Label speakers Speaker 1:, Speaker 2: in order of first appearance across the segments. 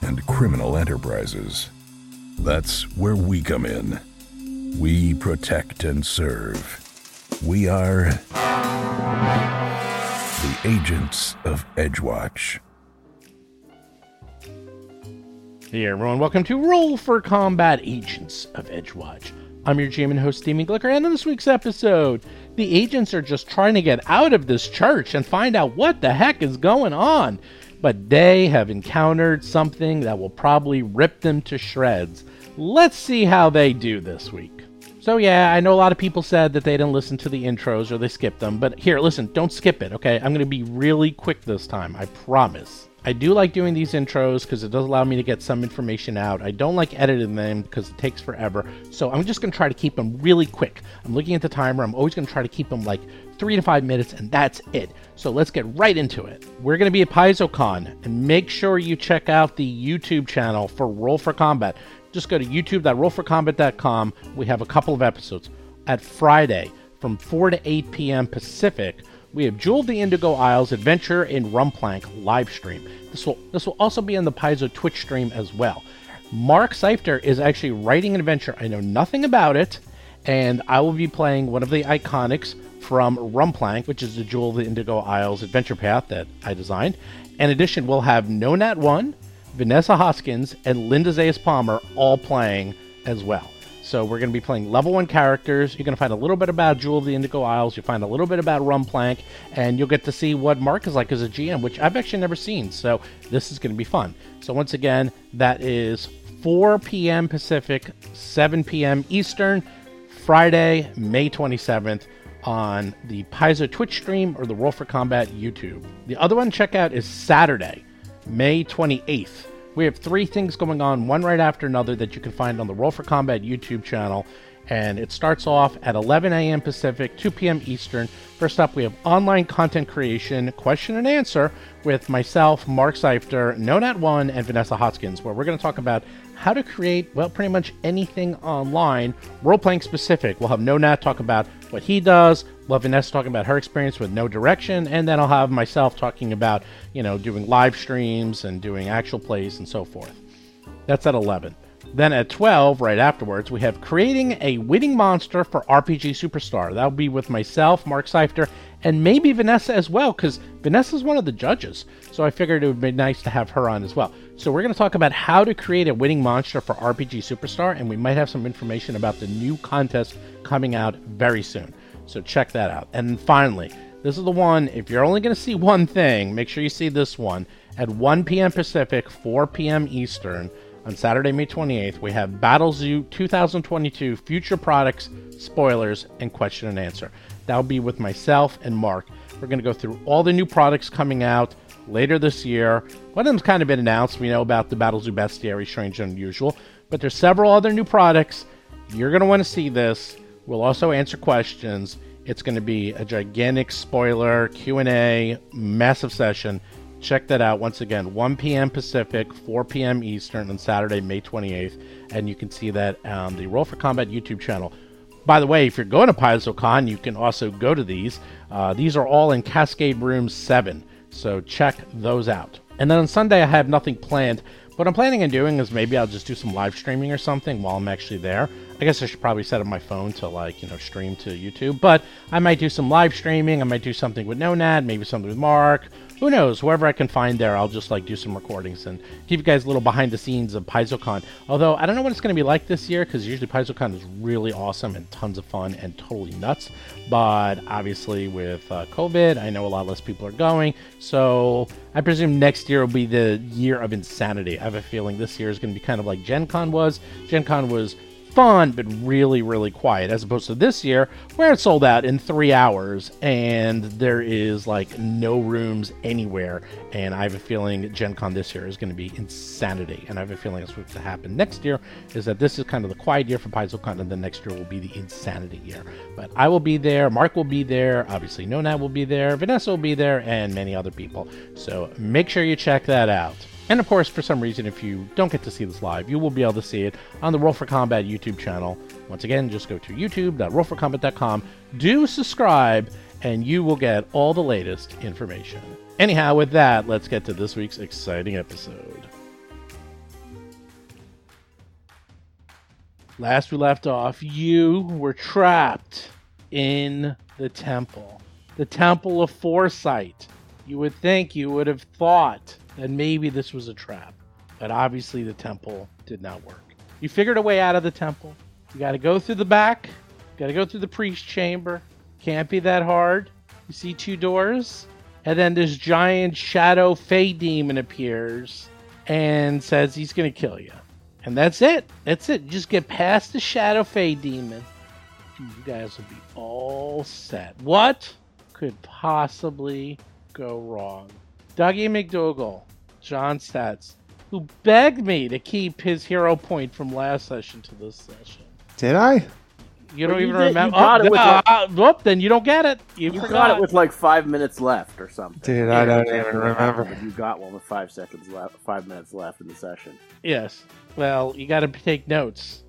Speaker 1: and criminal enterprises. That's where we come in. We protect and serve. We are the agents of Edgewatch.
Speaker 2: Hey everyone, welcome to Roll for Combat Agents of Edgewatch. I'm your GM and host, Steven Glicker, and in this week's episode, the agents are just trying to get out of this church and find out what the heck is going on. But they have encountered something that will probably rip them to shreds. Let's see how they do this week. So, yeah, I know a lot of people said that they didn't listen to the intros or they skipped them, but here, listen, don't skip it, okay? I'm gonna be really quick this time, I promise. I do like doing these intros because it does allow me to get some information out. I don't like editing them because it takes forever. So I'm just going to try to keep them really quick. I'm looking at the timer. I'm always going to try to keep them like three to five minutes, and that's it. So let's get right into it. We're going to be at PaizoCon, and make sure you check out the YouTube channel for Roll for Combat. Just go to youtube.rollforcombat.com. We have a couple of episodes. At Friday from 4 to 8 p.m. Pacific, we have Jewel of the Indigo Isles Adventure in Rumplank live stream. This will this will also be on the Paizo Twitch stream as well. Mark Seifter is actually writing an adventure. I know nothing about it, and I will be playing one of the iconics from Rumplank, which is the Jewel of the Indigo Isles adventure path that I designed. In addition, we'll have Nonat One, Vanessa Hoskins, and Linda Zayas Palmer all playing as well. So we're going to be playing level one characters. You're going to find a little bit about Jewel of the Indigo Isles. You'll find a little bit about Rumplank, and you'll get to see what Mark is like as a GM, which I've actually never seen. So this is going to be fun. So once again, that is 4 p.m. Pacific, 7 p.m. Eastern, Friday, May 27th on the Paizo Twitch stream or the Roll for Combat YouTube. The other one check out is Saturday, May 28th. We have three things going on, one right after another, that you can find on the Roll for Combat YouTube channel. And it starts off at 11 a.m. Pacific, 2 p.m. Eastern. First up, we have online content creation, question and answer with myself, Mark Seifter, Nonat1, and Vanessa Hoskins, where we're going to talk about how to create, well, pretty much anything online, role playing specific. We'll have Nonat talk about what he does, we'll have Vanessa talking about her experience with No Direction, and then I'll have myself talking about, you know, doing live streams and doing actual plays and so forth. That's at 11. Then at 12, right afterwards, we have Creating a Winning Monster for RPG Superstar. That'll be with myself, Mark Seifter, and maybe Vanessa as well, because Vanessa's one of the judges. So I figured it would be nice to have her on as well. So we're going to talk about how to create a winning monster for RPG Superstar, and we might have some information about the new contest coming out very soon. So check that out. And finally, this is the one, if you're only going to see one thing, make sure you see this one at 1 p.m. Pacific, 4 p.m. Eastern. On Saturday, May 28th, we have Battle Zoo 2022 future products, spoilers, and question and answer. That'll be with myself and Mark. We're going to go through all the new products coming out later this year. One of them's kind of been announced. We know about the Battle Zoo Bestiary, Strange and Unusual, but there's several other new products. You're going to want to see this. We'll also answer questions. It's going to be a gigantic spoiler Q&A massive session. Check that out once again, 1 p.m. Pacific, 4 p.m. Eastern on Saturday, May 28th, and you can see that on the Roll for Combat YouTube channel. By the way, if you're going to PaizoCon, you can also go to these. Uh, these are all in Cascade Room 7, so check those out. And then on Sunday, I have nothing planned. What I'm planning on doing is maybe I'll just do some live streaming or something while I'm actually there. I guess I should probably set up my phone to like you know stream to YouTube, but I might do some live streaming. I might do something with Nonad, maybe something with Mark. Who knows? Whoever I can find there, I'll just like do some recordings and give you guys a little behind the scenes of PaizoCon. Although I don't know what it's going to be like this year because usually PaizoCon is really awesome and tons of fun and totally nuts. But obviously with uh, COVID, I know a lot less people are going, so I presume next year will be the year of insanity. I have a feeling this year is going to be kind of like Gen Con was. Gen Con was fun, but really, really quiet, as opposed to this year, where it sold out in three hours and there is like no rooms anywhere. And I have a feeling Gen Con this year is going to be insanity. And I have a feeling that's what's going to happen next year is that this is kind of the quiet year for PaizoCon, and the next year will be the insanity year. But I will be there, Mark will be there, obviously Nonat will be there, Vanessa will be there, and many other people. So make sure you check that out. And of course, for some reason, if you don't get to see this live, you will be able to see it on the Roll for Combat YouTube channel. Once again, just go to youtube.rollforcombat.com, do subscribe, and you will get all the latest information. Anyhow, with that, let's get to this week's exciting episode. Last we left off, you were trapped in the temple, the temple of foresight. You would think, you would have thought that maybe this was a trap, but obviously the temple did not work. You figured a way out of the temple. You got to go through the back, got to go through the priest chamber. Can't be that hard. You see two doors, and then this giant shadow fey demon appears and says he's going to kill you. And that's it. That's it. You just get past the shadow fey demon. and You guys will be all set. What could possibly go wrong? Dougie McDougal, John Stats, who begged me to keep his hero point from last session to this session.
Speaker 3: Did I?
Speaker 2: You
Speaker 4: Well,
Speaker 2: don't
Speaker 4: you
Speaker 2: even
Speaker 4: did- you
Speaker 2: remember.
Speaker 4: got
Speaker 2: oh,
Speaker 4: it with
Speaker 2: no,
Speaker 4: like-
Speaker 2: uh, whoop, then you don't get it. You,
Speaker 4: You
Speaker 2: forgot.
Speaker 4: got it with like five minutes left or something.
Speaker 3: Dude, I don't even remember.
Speaker 4: But you got one with five seconds left, five minutes left in the session.
Speaker 2: Yes. Well, you got to take notes.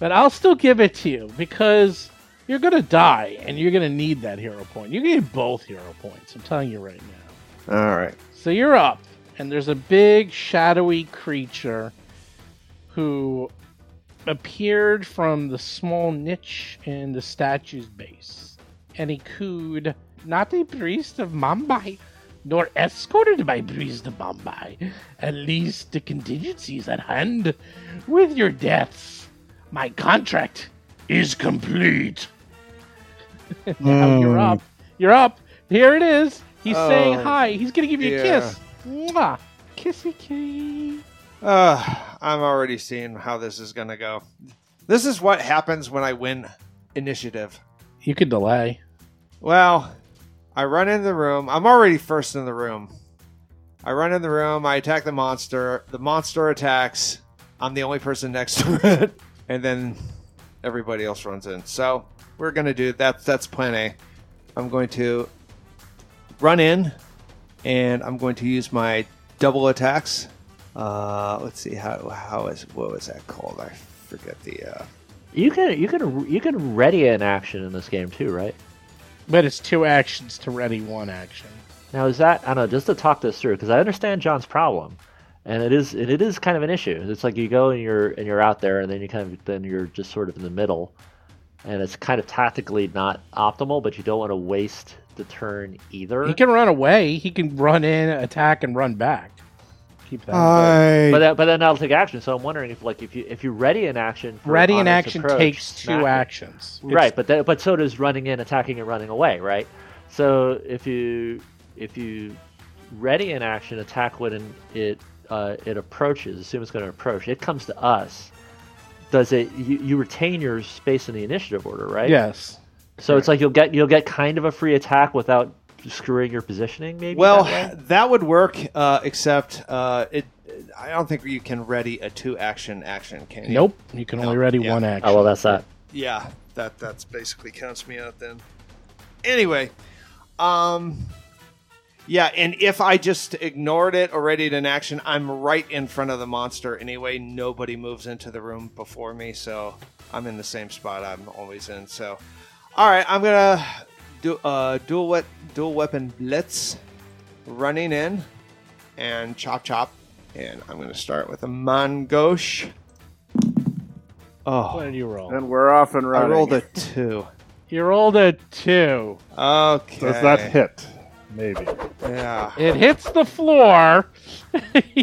Speaker 2: But I'll still give it to you because you're going to die and you're going to need that hero point. You're going to need both hero points. I'm telling you right now.
Speaker 3: All right.
Speaker 2: So you're up, and there's a big shadowy creature who appeared from the small niche in the statue's base. And he cooed, Not a priest of Mumbai, nor escorted by priest of Mumbai. At least the contingencies at hand. With your deaths, my contract is complete. Now you're
Speaker 3: Mm.
Speaker 2: up. You're up. Here it is. He's saying
Speaker 3: Oh,
Speaker 2: hi. He's gonna give you a
Speaker 3: yeah.
Speaker 2: kiss. Mwah. Kissy kitty.
Speaker 3: Uh, I'm already seeing how this is going to go. This is what happens when I win initiative.
Speaker 2: You could delay.
Speaker 3: Well, I run in the room. I'm already first in the room. I run in the room. I attack the monster. The monster attacks. I'm the only person next to it. And then everybody else runs in. So we're going to do that. That's plan A. I'm going to run in and I'm going to use my double attacks. Uh, let's see how how is what was that called? I forget the uh,
Speaker 5: You can you can you can ready an action in this game too, right?
Speaker 2: But it's two actions to ready one action.
Speaker 5: Now is that I don't know just to talk this through because I understand John's problem, and it is and it is kind of an issue. It's like you go and you're and you're out there, and then you kind of then you're just sort of in the middle, and it's kind of tactically not optimal, but you don't want to waste the turn either.
Speaker 2: He can run away. He can run in, attack, and run back. Keep that. in mind.
Speaker 5: but
Speaker 3: I
Speaker 5: that, but then that'll take action. So I'm wondering if like if you if you ready an action for
Speaker 2: ready in
Speaker 5: honest
Speaker 2: action
Speaker 5: approach,
Speaker 2: takes two
Speaker 5: smack it.
Speaker 2: actions. It's-
Speaker 5: right but that, but so does running in attacking and running away right so if you if you ready in action attack when in- it uh, it approaches assume it's going to approach it comes to us does it you, you retain your space in the initiative order right
Speaker 2: Yes.
Speaker 5: so it's like you'll get you'll get kind of a free attack without screwing your positioning maybe
Speaker 3: Well,
Speaker 5: that way?
Speaker 3: that, would work, uh, except uh, it. I don't think you can ready a two-action action, can you?
Speaker 2: Nope. You can only ready
Speaker 3: Yeah.
Speaker 2: one
Speaker 5: oh
Speaker 2: action.
Speaker 5: well that's that
Speaker 3: Yeah, that that's basically counts me out then. Anyway, um, yeah, and if I just ignored it or readied an action, I'm right in front of the monster anyway. Nobody moves into the room before me, so I'm in the same spot I'm always in. So, all right, I'm gonna do uh, dual wet dual weapon blitz, running in, and chop chop, and I'm gonna start with a mangosh. Oh,
Speaker 2: What did you roll?
Speaker 4: And we're off and
Speaker 3: I
Speaker 4: running.
Speaker 3: rolled a two.
Speaker 2: You rolled a two.
Speaker 3: Okay.
Speaker 6: Does that hit? Maybe.
Speaker 3: Yeah.
Speaker 2: It hits the floor.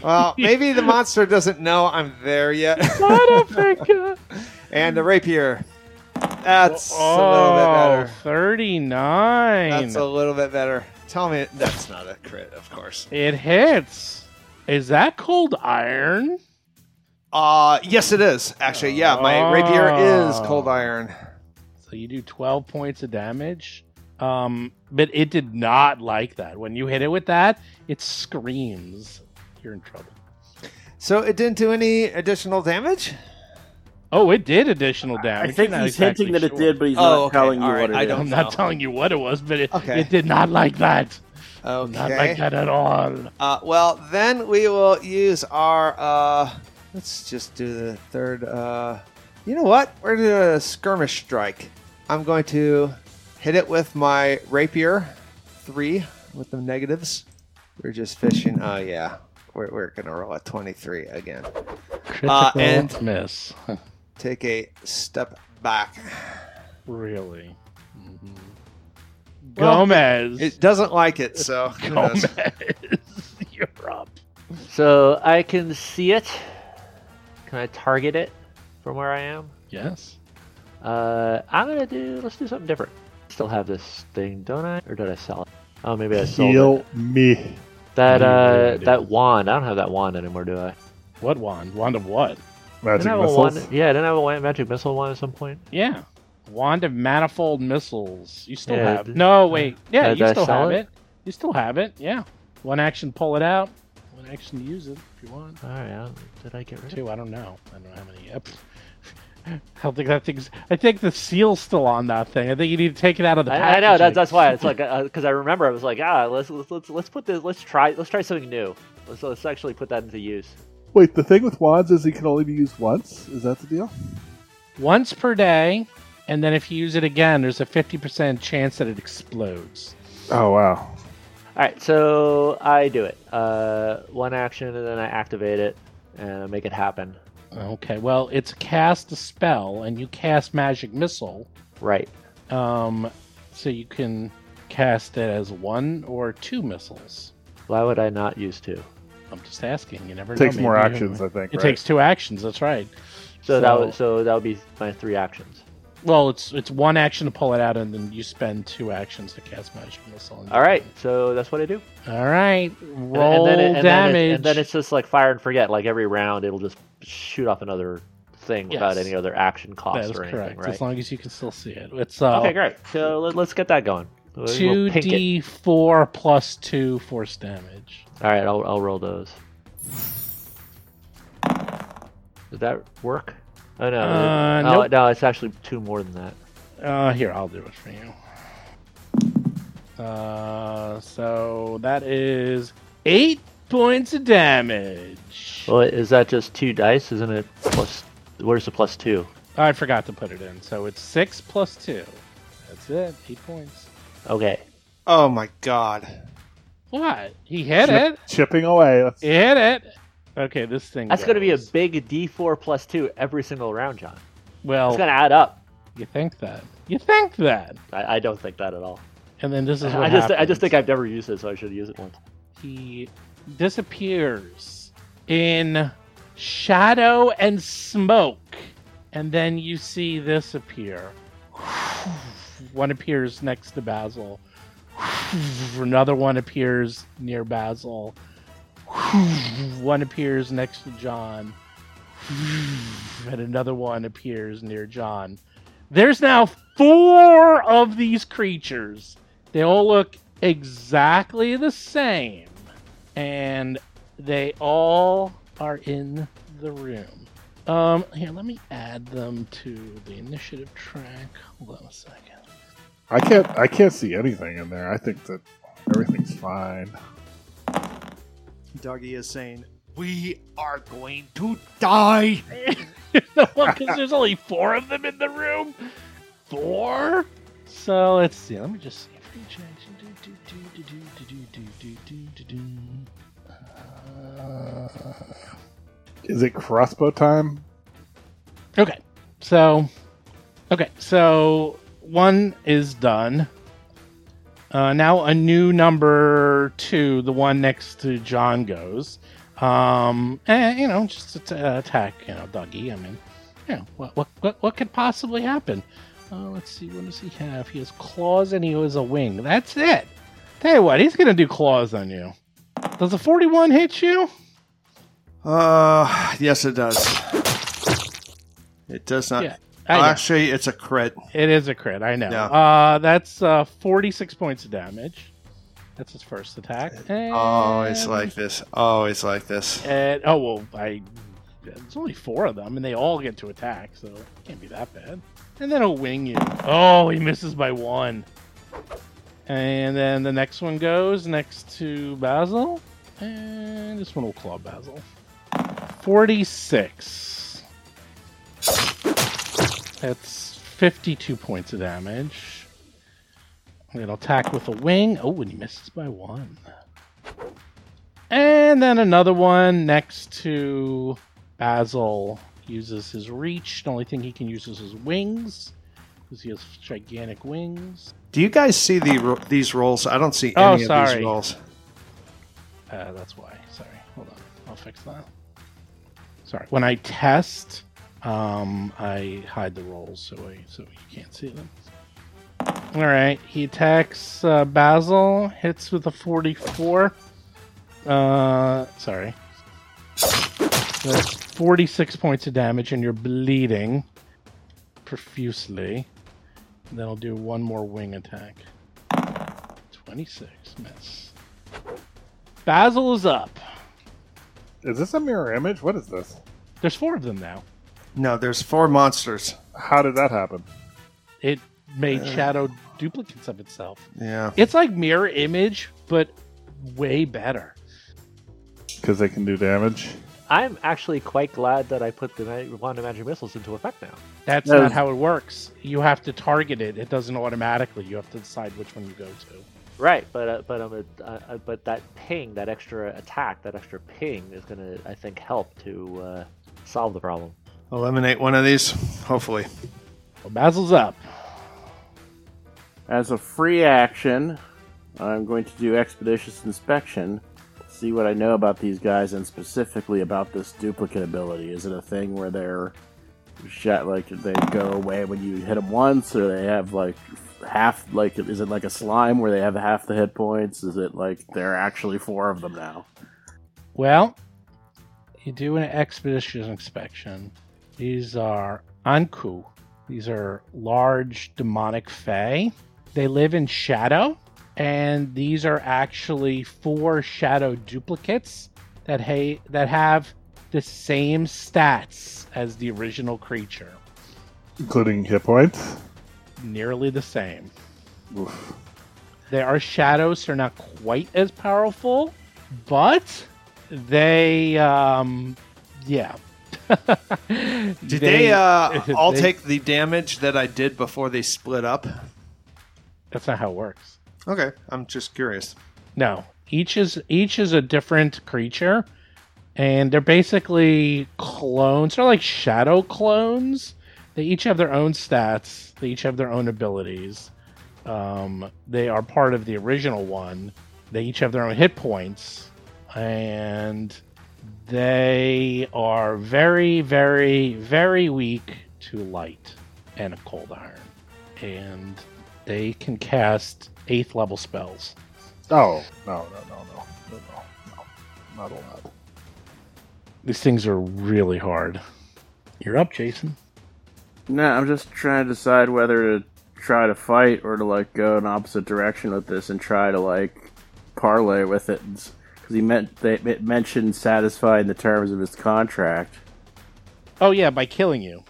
Speaker 3: Well, maybe the monster doesn't know I'm there yet.
Speaker 2: Motherfucker.
Speaker 3: and the rapier. That's a
Speaker 2: oh,
Speaker 3: little bit better.
Speaker 2: 39.
Speaker 3: That's a little bit better. Tell me that's not a crit, of course.
Speaker 2: It hits. Is that cold iron?
Speaker 3: Uh, yes, it is. Actually, yeah, my rapier is
Speaker 2: Oh.
Speaker 3: cold iron.
Speaker 2: So you do 12 points of damage. Um, but it did not like that. When you hit it with that, it screams. You're in trouble.
Speaker 3: So it didn't do any additional damage?
Speaker 2: Oh, it did additional damage.
Speaker 4: I think
Speaker 2: You're not
Speaker 4: he's
Speaker 2: exactly
Speaker 4: hinting that it
Speaker 2: sure.
Speaker 4: did, but he's
Speaker 3: Oh,
Speaker 4: not
Speaker 3: okay,
Speaker 4: telling you
Speaker 3: all right,
Speaker 4: what it is.
Speaker 3: I don't-
Speaker 2: I'm not
Speaker 3: know.
Speaker 2: telling you what it was, but it,
Speaker 3: Okay.
Speaker 2: it did not like that. Not like
Speaker 3: Okay.
Speaker 2: that at all.
Speaker 3: Uh, well, then we will use our. Uh, let's just do the third. Uh, you know what? We're going to do a skirmish strike. I'm going to hit it with my rapier, three with the negatives. We're just fishing. Oh, yeah. We're, we're going to roll a 23 again.
Speaker 2: Critical
Speaker 3: Uh, and-
Speaker 2: miss.
Speaker 3: Take a step back.
Speaker 2: Really? Mhm.
Speaker 3: Well,
Speaker 2: Gomez.
Speaker 3: It doesn't like it, so. who knows?
Speaker 2: Gomez. You're up.
Speaker 5: So I can see it. Can I target it from where I am?
Speaker 2: Yes.
Speaker 5: Uh, I'm gonna do. Let's do something different. Still have this thing, don't I? Or did I sell it? Oh, maybe I sold it.
Speaker 6: Heal me.
Speaker 5: That
Speaker 2: Yeah, you
Speaker 5: uh,
Speaker 2: did.
Speaker 5: that wand. I don't have that wand anymore, do I?
Speaker 2: What wand? Wand of what?
Speaker 6: Magic
Speaker 5: Didn't I have
Speaker 6: missiles.
Speaker 5: a wand? Yeah, didn't I have a wand, magic missile wand at some point?
Speaker 2: Yeah. Wand of manifold missiles. You still
Speaker 5: Yeah,
Speaker 2: have.
Speaker 5: did-
Speaker 2: No, wait. Yeah,
Speaker 5: did
Speaker 2: you
Speaker 5: I
Speaker 2: still
Speaker 5: sell
Speaker 2: have
Speaker 5: it?
Speaker 2: it? You still have it. Yeah. One action, pull it out. One action, use it if you want.
Speaker 5: All right. I- Did I get rid of? it?
Speaker 2: Two, I don't know. I don't know how many. Yep. I don't think that thing's. I think the seal's still on that thing. I think you need to take it out of the
Speaker 5: I, I
Speaker 2: package.
Speaker 5: know that's that's why it's like because I remember I was like ah let's let's let's let's put this let's try let's try something new let's let's actually put that into use.
Speaker 6: Wait, the thing with wands is he can only be used once? Is that the deal?
Speaker 2: Once per day, and then if you use it again, there's a 50% chance that it explodes.
Speaker 6: Oh, wow.
Speaker 5: All right, so I do it uh, one action and then I activate it and I make it happen.
Speaker 2: Okay, well, it's cast a spell, and you cast magic missile.
Speaker 5: Right.
Speaker 2: Um, so you can cast it as one or two missiles.
Speaker 5: Why would I not use two?
Speaker 2: I'm just asking. You never
Speaker 6: It
Speaker 2: know.
Speaker 6: takes
Speaker 2: maybe
Speaker 6: more
Speaker 2: you-
Speaker 6: actions, I think.
Speaker 2: It
Speaker 6: right?
Speaker 2: takes two actions. That's right.
Speaker 5: So, that
Speaker 2: So-
Speaker 5: would so that would be my three actions.
Speaker 2: Well, it's it's one action to pull it out, and then you spend two actions to cast magic missile.
Speaker 5: All right, so that's what I do.
Speaker 2: All right.
Speaker 5: And-
Speaker 2: Roll
Speaker 5: and, then it- and
Speaker 2: damage.
Speaker 5: Then it, and then it's just like fire and forget. Like every round, it'll just shoot off another thing without
Speaker 2: Yes.
Speaker 5: any other action
Speaker 2: that
Speaker 5: cost
Speaker 2: is
Speaker 5: or anything.
Speaker 2: correct.
Speaker 5: Right.
Speaker 2: As long as you can still see it. It's uh,
Speaker 5: Okay, great. So let, us get that going. We'll- we'll
Speaker 2: two
Speaker 5: pink it.
Speaker 2: d four plus two force damage.
Speaker 5: All right, I'll, I'll roll those. Did that work? Oh no!
Speaker 2: Uh,
Speaker 5: oh,
Speaker 2: nope.
Speaker 5: no, it's actually two more than that.
Speaker 2: Uh, here I'll do it for you. Uh, so that is eight points of damage.
Speaker 5: Well, is that just two dice? Isn't it plus? Where's the plus two?
Speaker 2: I forgot to put it in, so it's six plus two. That's it. Eight points.
Speaker 5: Okay.
Speaker 3: Oh, my God.
Speaker 2: What? He hit
Speaker 6: Chip-
Speaker 2: it.
Speaker 6: Chipping away. That's,
Speaker 2: He hit it. Okay, this thing.
Speaker 5: That's going to be a
Speaker 2: goes.
Speaker 5: big D4 plus two every single round, John.
Speaker 2: well.
Speaker 5: It's going to add up.
Speaker 2: You think that? You think that?
Speaker 5: I, I don't think that at all.
Speaker 2: And then this is what
Speaker 5: I just I
Speaker 2: happens.
Speaker 5: just think I've never used it, so I should use it once.
Speaker 2: he disappears in shadow and smoke and then you see this appear one appears next to basil another one appears near basil one appears next to john and another one appears near john there's now four of these creatures they all look exactly the same. And they all are in the room. Um, here, let me add them to the initiative track. Hold on a second.
Speaker 6: I can't. I can't see anything in there. I think that everything's fine.
Speaker 3: Doggy is saying, We are going to die.
Speaker 2: Because there's only four of them in the room. Four? So let's see. Let me just see. Free action. Do, do, do, do, do, do, do, do, do, do, do. Uh,
Speaker 6: Is it crossbow time?
Speaker 2: Okay. So, okay. So one is done. Uh, now a new number two, the one next to John goes. Um, and you know, just at- uh, attack, you know, Dougie. I mean, you know, what what what, what could possibly happen? Uh, let's see. What does he have? He has claws and he has a wing. That's it. Tell you what, he's gonna do claws on you. Does a forty-one hit you?
Speaker 3: Uh, yes, it does. It does not.
Speaker 2: Yeah. I know.
Speaker 3: Actually, it's a crit.
Speaker 2: It is a crit, I know.
Speaker 3: Yeah.
Speaker 2: Uh, that's uh, 46 points of damage. That's his first attack.
Speaker 3: Always
Speaker 2: And-
Speaker 3: Oh, like this. Always like this.
Speaker 2: And, oh, well, I. It's only four of them, and they all get to attack, so it can't be that bad. And then he'll wing you. Oh, he misses by one. And then the next one goes next to Basil. And this one will claw Basil. 46. That's 52 points of damage. And it'll attack with a wing. Oh, and he misses by one. And then another one next to Basil uses his reach. The only thing he can use is his wings because he has gigantic wings.
Speaker 3: Do you guys see the ro- these rolls? I don't see any
Speaker 2: Oh,
Speaker 3: of these
Speaker 2: sorry.
Speaker 3: rolls.
Speaker 2: Uh, that's why. Sorry. Hold on. I'll fix that. Sorry. When I test, um, I hide the rolls so I, so you can't see them. All right. He attacks uh, Basil. Hits with a forty-four. Uh, sorry. That's forty-six points of damage, and you're bleeding profusely. And then I'll do one more wing attack. Twenty-six miss. Basil is up.
Speaker 6: Is this a mirror image? What is this?
Speaker 2: There's four of them now.
Speaker 3: No, there's four monsters.
Speaker 6: How did that happen?
Speaker 2: It made shadow duplicates of itself.
Speaker 3: Yeah.
Speaker 2: It's like mirror image, but way better.
Speaker 6: Because they can do damage.
Speaker 5: I'm actually quite glad that I put the ma- wand of magic missiles into effect now.
Speaker 2: That's
Speaker 4: No.
Speaker 2: not how it works. You have to target it. It doesn't automatically. You have to decide which one you go to.
Speaker 5: Right, but uh, but I'm a, uh, uh, but that ping, that extra attack, that extra ping is gonna, I think, help to uh, solve the problem.
Speaker 3: Eliminate one of these, hopefully.
Speaker 2: Well, Basil's up.
Speaker 4: As a free action, I'm going to do expeditious inspection, see what I know about these guys, and specifically about this duplicate ability. Is it a thing where they're shot like they go away when you hit them once, or they have like half like is it like a slime where they have half the hit points? Is it like there are actually four of them now?
Speaker 2: Well, you do an expedition inspection. These are Anku. These are large demonic fae. They live in shadow, and these are actually four shadow duplicates that ha- that have the same stats as the original creature,
Speaker 6: Including hit points?
Speaker 2: nearly the same.
Speaker 6: Oof.
Speaker 2: They are shadows. They're not quite as powerful, but they, um, yeah. Did
Speaker 3: Did they, uh, all
Speaker 2: they-
Speaker 3: take the damage that I did before they split up?
Speaker 2: That's not how it works.
Speaker 3: Okay, I'm just curious.
Speaker 2: No, each is each is a different creature, and they're basically clones. They're like shadow clones. They each have their own stats. They each have their own abilities. Um, they are part of the original one. They each have their own hit points, and they are very, very, very weak to light and a cold iron, and they can cast eighth level spells.
Speaker 6: Oh, no, no, no, no. No, no, no. Not allowed.
Speaker 2: These things are really hard. You're up, Jason.
Speaker 4: No, I'm just trying to decide whether to try to fight or to like go in opposite direction with this and try to like parlay with it because he meant they it mentioned satisfying the terms of his contract.
Speaker 2: Oh yeah, by killing you.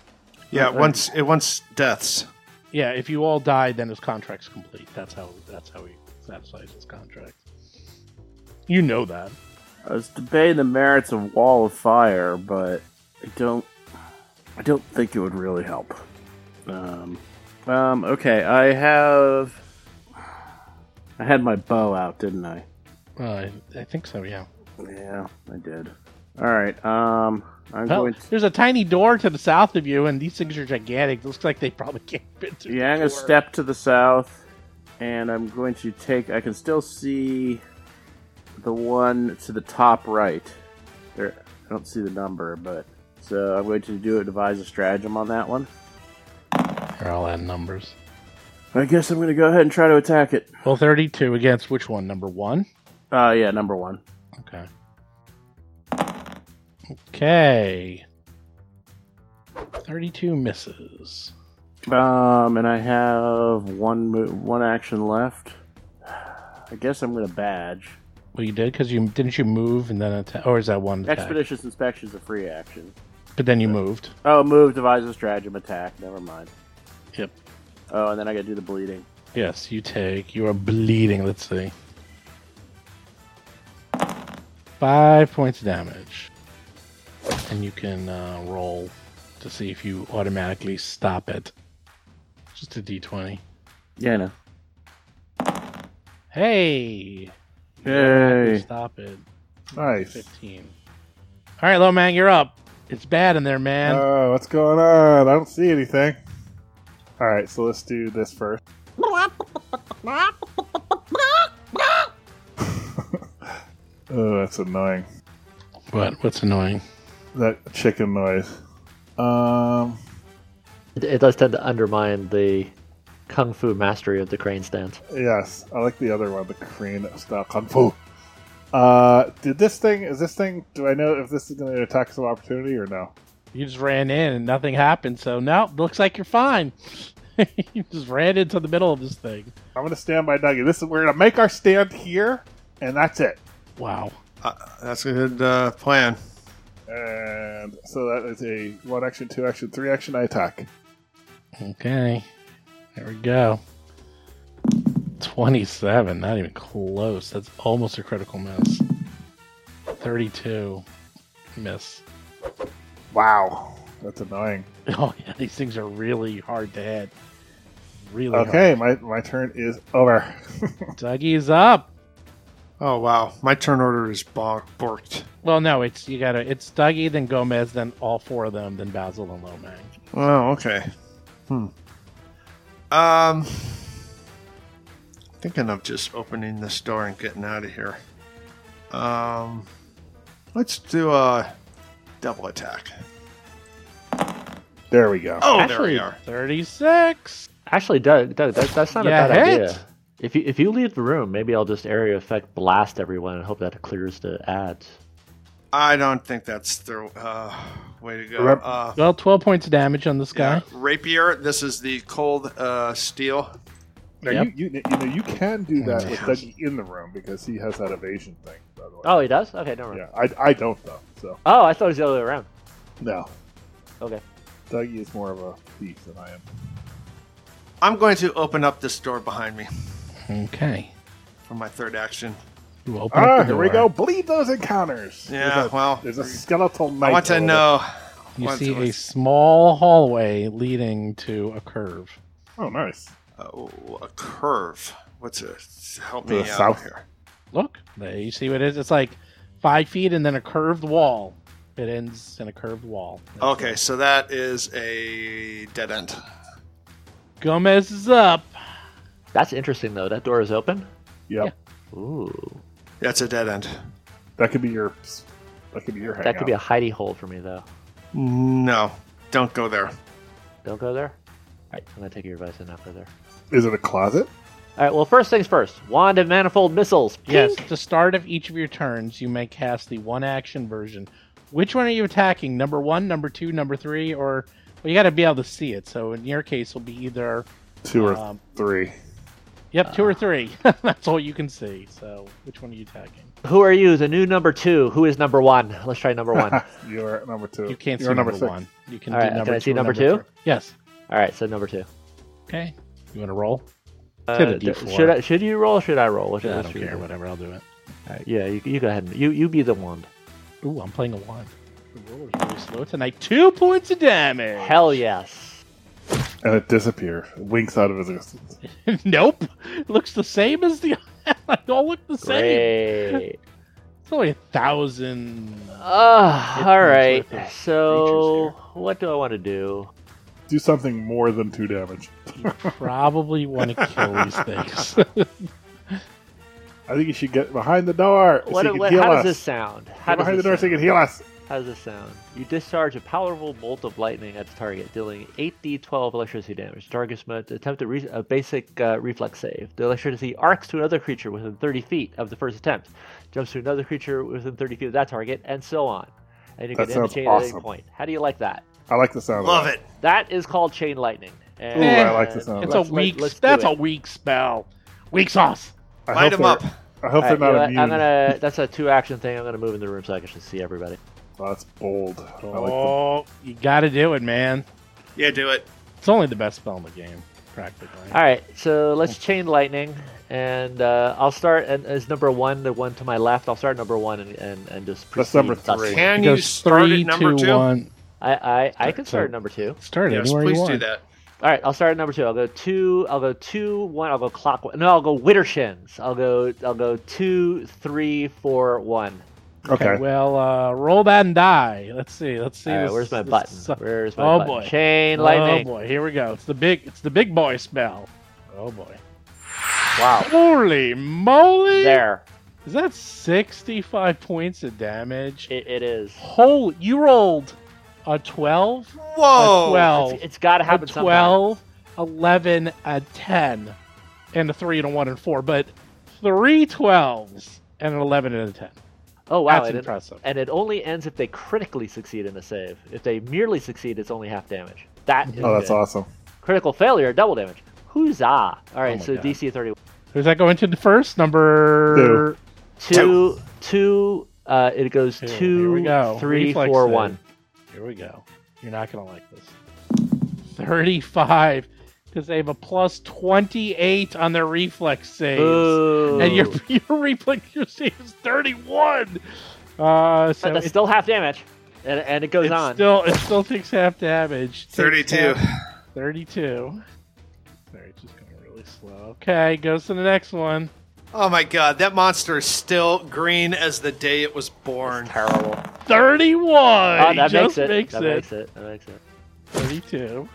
Speaker 3: Yeah, it wants it wants deaths.
Speaker 2: Yeah, if you all die, then his contract's complete. That's how. That's how he satisfies his contract. You know that.
Speaker 4: I was debating the merits of Wall of Fire, but I don't, I don't think it would really help. Um, um, okay, I have, I had my bow out, didn't I?
Speaker 2: Uh, I think so. Yeah.
Speaker 4: Yeah, I did. All right, um, I'm
Speaker 2: Well,
Speaker 4: going to.
Speaker 2: there's a tiny door to the south of you, and these things are gigantic. Looks like they probably can't fit through.
Speaker 4: Yeah, I'm
Speaker 2: the
Speaker 4: gonna
Speaker 2: door.
Speaker 4: step to the south, and I'm going to take. I can still see the one to the top right. There, I don't see the number, but so I'm going to do it. Devise a stratagem on that one.
Speaker 2: They're all out of numbers.
Speaker 4: I guess I'm gonna go ahead and try to attack it.
Speaker 2: Well, 32 against which one? Number one.
Speaker 4: Uh, yeah, number one.
Speaker 2: Okay. Okay. 32 misses.
Speaker 4: Um, and I have one mo- one action left. I guess I'm gonna badge.
Speaker 2: Well, you did because you didn't you move and then attack, or is that one attack?
Speaker 4: Expeditious inspection is a free action.
Speaker 2: But then you moved.
Speaker 4: Oh, move, devise a stratagem, attack. Never mind.
Speaker 2: Yep.
Speaker 4: Oh, and then I gotta do the bleeding.
Speaker 2: Yes, you take. You are bleeding. Let's see. Five points of damage, and you can uh, roll to see if you automatically stop it. Just a d20.
Speaker 4: Yeah, I know.
Speaker 2: Hey,
Speaker 4: Yay!
Speaker 2: stop it.
Speaker 6: Nice.
Speaker 2: 15. All right, low man, you're up. It's bad in there, man.
Speaker 6: Oh, what's going on? I don't see anything. All right, so let's do this first. Oh, that's annoying.
Speaker 2: what? What's annoying?
Speaker 6: That chicken noise. Um,
Speaker 5: It, it does tend to undermine the kung fu mastery of the crane stance.
Speaker 6: yes, I like the other one, the crane style kung fu. Uh, did this thing? Is this thing? Do I know if this is going to attack some opportunity or no?
Speaker 2: You just ran in and nothing happened. So nope, looks like you're fine. you just ran into the middle of this thing.
Speaker 6: I'm going to stand by Dougie. This is we're going to make our stand here, and that's it.
Speaker 2: Wow.
Speaker 3: Uh, that's a good uh, plan.
Speaker 6: And so that is a one action, two action, three action. I attack.
Speaker 2: Okay. There we go. 27. Not even close. That's almost a critical miss. 32. Miss.
Speaker 6: Wow, that's annoying.
Speaker 2: Oh, yeah. These things are really hard to hit. Really
Speaker 6: Okay, my, my turn is over.
Speaker 2: hard. Dougie's up.
Speaker 3: Oh wow, my turn order is bon- borked.
Speaker 2: Well, no, it's you gotta. It's Dougie, then Gomez, then all four of them, then Basil and Lomang.
Speaker 3: Oh okay. Hmm. Um, thinking of just opening this door and getting out of here. Um, let's do a double attack.
Speaker 6: there we go.
Speaker 3: Oh, there
Speaker 2: Actually,
Speaker 3: we are.
Speaker 2: Thirty-six.
Speaker 5: Actually, Doug, Doug that, that's not
Speaker 2: Yeah,
Speaker 5: a bad
Speaker 2: hit.
Speaker 5: idea. If you if you leave the room, maybe I'll just area effect blast everyone and hope that clears the ads.
Speaker 3: I don't think that's the uh, way to go.
Speaker 6: Rep-
Speaker 3: Uh,
Speaker 2: Well, twelve points of damage on this guy.
Speaker 3: yeah, rapier. This is the cold uh, steel.
Speaker 6: Now,
Speaker 2: Yep.
Speaker 6: you, you, you know you can do that with Dougie in the room because he has that evasion thing. By the way.
Speaker 5: Oh, he does. Okay, never mind.
Speaker 6: yeah. I, I don't though. So
Speaker 5: Oh, I thought it was the other way around.
Speaker 6: no,
Speaker 5: Okay.
Speaker 6: Dougie is more of a thief than I am.
Speaker 3: I'm going to open up this door behind me
Speaker 2: Okay.
Speaker 3: for my third action.
Speaker 2: You open up
Speaker 6: Ah,
Speaker 2: the
Speaker 6: here we
Speaker 2: door.
Speaker 6: go. Bleed those encounters.
Speaker 3: Yeah,
Speaker 6: There's a,
Speaker 3: well,
Speaker 6: there's a skeletal knife.
Speaker 3: I want to
Speaker 6: over
Speaker 3: know.
Speaker 2: You
Speaker 3: What-
Speaker 2: see a
Speaker 3: what-
Speaker 2: small hallway leading to a curve.
Speaker 6: there. Oh, nice.
Speaker 3: uh, a curve. What's it? Help
Speaker 6: To
Speaker 3: me
Speaker 6: the
Speaker 3: out
Speaker 6: south.
Speaker 3: here.
Speaker 2: Look, there you see what it is. It's like five feet and then a curved wall. It ends in a curved wall.
Speaker 3: Okay, so that is a dead end.
Speaker 2: Gomez is up.
Speaker 5: That's interesting though. That door is open.
Speaker 6: Yep.
Speaker 2: Yeah.
Speaker 5: Ooh,
Speaker 3: That's a dead end.
Speaker 6: That could be your. That could be your.
Speaker 5: that could be a hidey hole for me though.
Speaker 3: No, don't go there.
Speaker 5: Don't go there. All right, I'm gonna take your advice and not go there.
Speaker 6: Is it a closet?
Speaker 5: All right. Well, first things first. Wand of manifold missiles.
Speaker 2: Yes,
Speaker 5: Pink.
Speaker 2: at the start of each of your turns, you may cast the one action version. Which one are you attacking? Number one, number two, number three, or well, you got to be able to see it. So in your case, it'll be either
Speaker 6: Two
Speaker 5: Uh,
Speaker 6: or
Speaker 2: um,
Speaker 6: three.
Speaker 2: yep, two or three. That's all you can see. So which one are you attacking?
Speaker 5: Who are you? The new number two. Who is number one? Let's try number one.
Speaker 6: you are number two.
Speaker 2: You can't
Speaker 6: Ah, You're
Speaker 2: see number,
Speaker 6: number, six.
Speaker 2: one. You can
Speaker 5: All
Speaker 2: do
Speaker 5: right,
Speaker 2: number
Speaker 5: can I see
Speaker 2: two. or
Speaker 5: number two?
Speaker 2: three. Yes.
Speaker 5: All right. So number two.
Speaker 2: Okay. You want to roll?
Speaker 5: Uh,
Speaker 2: Hit a
Speaker 5: d-
Speaker 2: D4.
Speaker 5: should I, should you roll? or Should I roll? Which
Speaker 2: I
Speaker 5: which
Speaker 2: don't
Speaker 5: should we
Speaker 2: care.
Speaker 5: do?
Speaker 2: Whatever. I'll do it.
Speaker 5: All right, yeah, you, you go ahead and you you be the wand.
Speaker 2: Ooh, I'm playing a one. The roll is really slow tonight. Two points of damage.
Speaker 5: Hell yes.
Speaker 6: And it disappears. It winks out of existence.
Speaker 2: nope. Looks the same as the. they all look the same.
Speaker 5: Great.
Speaker 2: It's only a thousand.
Speaker 5: Ah,
Speaker 2: Hit
Speaker 5: all
Speaker 2: points
Speaker 5: right.
Speaker 2: worth of
Speaker 5: So
Speaker 2: creatures
Speaker 5: what do I want to do?
Speaker 6: Do something more than two damage.
Speaker 2: You probably want to kill these things.
Speaker 6: I think you should get behind the door so
Speaker 5: What,
Speaker 6: you can
Speaker 5: what,
Speaker 6: heal
Speaker 5: how
Speaker 6: us.
Speaker 5: does this sound? How does
Speaker 6: Get behind the
Speaker 5: this
Speaker 6: door so
Speaker 5: sound?
Speaker 6: you can heal us.
Speaker 5: How does this sound? You discharge a powerful bolt of lightning at the target, dealing 8d12 electricity damage. Targets must attempt a, re- a basic uh, reflex save. The electricity arcs to another creature within 30 feet of the first attempt, jumps to another creature within 30 feet of that target, and so on. and you
Speaker 6: That
Speaker 5: can
Speaker 6: sounds
Speaker 5: indicate at
Speaker 6: awesome.
Speaker 5: any point. How do you like that?
Speaker 6: I like the sound.
Speaker 3: Love
Speaker 6: of
Speaker 3: it.
Speaker 5: That is called chain lightning. And,
Speaker 6: Ooh, I like the sound of
Speaker 2: It's
Speaker 5: let's-
Speaker 2: a
Speaker 5: let-
Speaker 2: weak.
Speaker 5: let's do
Speaker 2: that's
Speaker 5: it.
Speaker 2: a weak spell. Weak sauce.
Speaker 6: I
Speaker 3: Light
Speaker 6: hope
Speaker 3: 'em up.
Speaker 6: they're- I hope
Speaker 5: Alright,
Speaker 6: they're
Speaker 5: you know
Speaker 6: not
Speaker 5: what?
Speaker 6: immune.
Speaker 5: I'm gonna. That's a two action thing. I'm gonna move in the room so I can see everybody.
Speaker 6: Oh, that's bold. I like the
Speaker 2: oh, you got to do it, man.
Speaker 3: Yeah, do it.
Speaker 2: It's only the best spell in the game, practically.
Speaker 5: All right, so
Speaker 6: Oh.
Speaker 5: let's chain lightning, and uh, I'll start and as number one, the one to my left. I'll start number one and and, and just.
Speaker 6: That's
Speaker 5: proceed
Speaker 6: number
Speaker 5: thus
Speaker 6: three.
Speaker 5: far.
Speaker 3: Can
Speaker 2: It
Speaker 3: you
Speaker 2: goes
Speaker 3: start
Speaker 2: three,
Speaker 3: at number
Speaker 2: two,
Speaker 3: two?
Speaker 2: one.
Speaker 5: I I, I can
Speaker 2: So-
Speaker 5: start at number two.
Speaker 2: Start
Speaker 3: Yes,
Speaker 2: anywhere you
Speaker 3: please
Speaker 2: want.
Speaker 3: do that.
Speaker 5: All right, I'll start at number two. I'll go two. I'll go two one. I'll go clockwise. No, I'll go Wittershins. I'll go I'll go two three four one.
Speaker 6: Okay.
Speaker 2: Okay, Well, uh, roll that and die. Let's see. Let's see.
Speaker 5: All right,
Speaker 2: this-
Speaker 5: where's my
Speaker 2: this
Speaker 5: button?
Speaker 2: su-
Speaker 5: Where's my
Speaker 2: Oh,
Speaker 5: button?
Speaker 2: boy.
Speaker 5: Chain
Speaker 2: Oh
Speaker 5: lightning.
Speaker 2: boy, here we go. It's the big. It's the big boy spell. Oh boy.
Speaker 5: Wow.
Speaker 2: Holy moly!
Speaker 5: There.
Speaker 2: Is that sixty-five points of damage?
Speaker 5: It, it is.
Speaker 2: Holy! You rolled a twelve,
Speaker 3: Whoa.
Speaker 6: Oh.
Speaker 2: a twelve,
Speaker 5: It's, it's got to
Speaker 2: a
Speaker 5: happen sometime.
Speaker 2: 12, 11, a 10, and a 3 and a 1 and 4, but three 12s and an 11 and a 10.
Speaker 5: Oh wow!
Speaker 2: That's
Speaker 5: it-
Speaker 2: impressive.
Speaker 5: and it only ends if they critically succeed in a save. If they merely succeed, it's only half damage. That is
Speaker 6: Oh, that's
Speaker 5: good.
Speaker 6: awesome.
Speaker 5: Critical failure, double damage. Huzzah! All right,
Speaker 2: Oh my
Speaker 5: so
Speaker 2: God.
Speaker 5: DC 31.
Speaker 2: Who's that going to the first? Number.
Speaker 5: Two, two. Uh, it goes
Speaker 2: Two. Here we
Speaker 5: two,
Speaker 2: go.
Speaker 5: three,
Speaker 2: Reflex
Speaker 5: four,
Speaker 2: save.
Speaker 5: one.
Speaker 2: Here we go. You're not going to like this. 35, because they have a plus 28 on their reflex saves.
Speaker 5: Boo.
Speaker 2: And your, your reflex your save is 31. Uh, so
Speaker 5: But that's
Speaker 2: it-
Speaker 5: still half damage, and, and it goes
Speaker 2: it
Speaker 5: on.
Speaker 2: still it still takes half damage. Takes
Speaker 3: 32.
Speaker 2: half 32. Sorry, it's just going really slow. Okay, goes to the next one.
Speaker 3: Oh my god, that monster is still green as the day it was born.
Speaker 5: Terrible.
Speaker 2: 31!
Speaker 5: Oh, that
Speaker 2: just
Speaker 5: makes it. that
Speaker 2: it.
Speaker 5: makes it. That makes it.
Speaker 2: 32.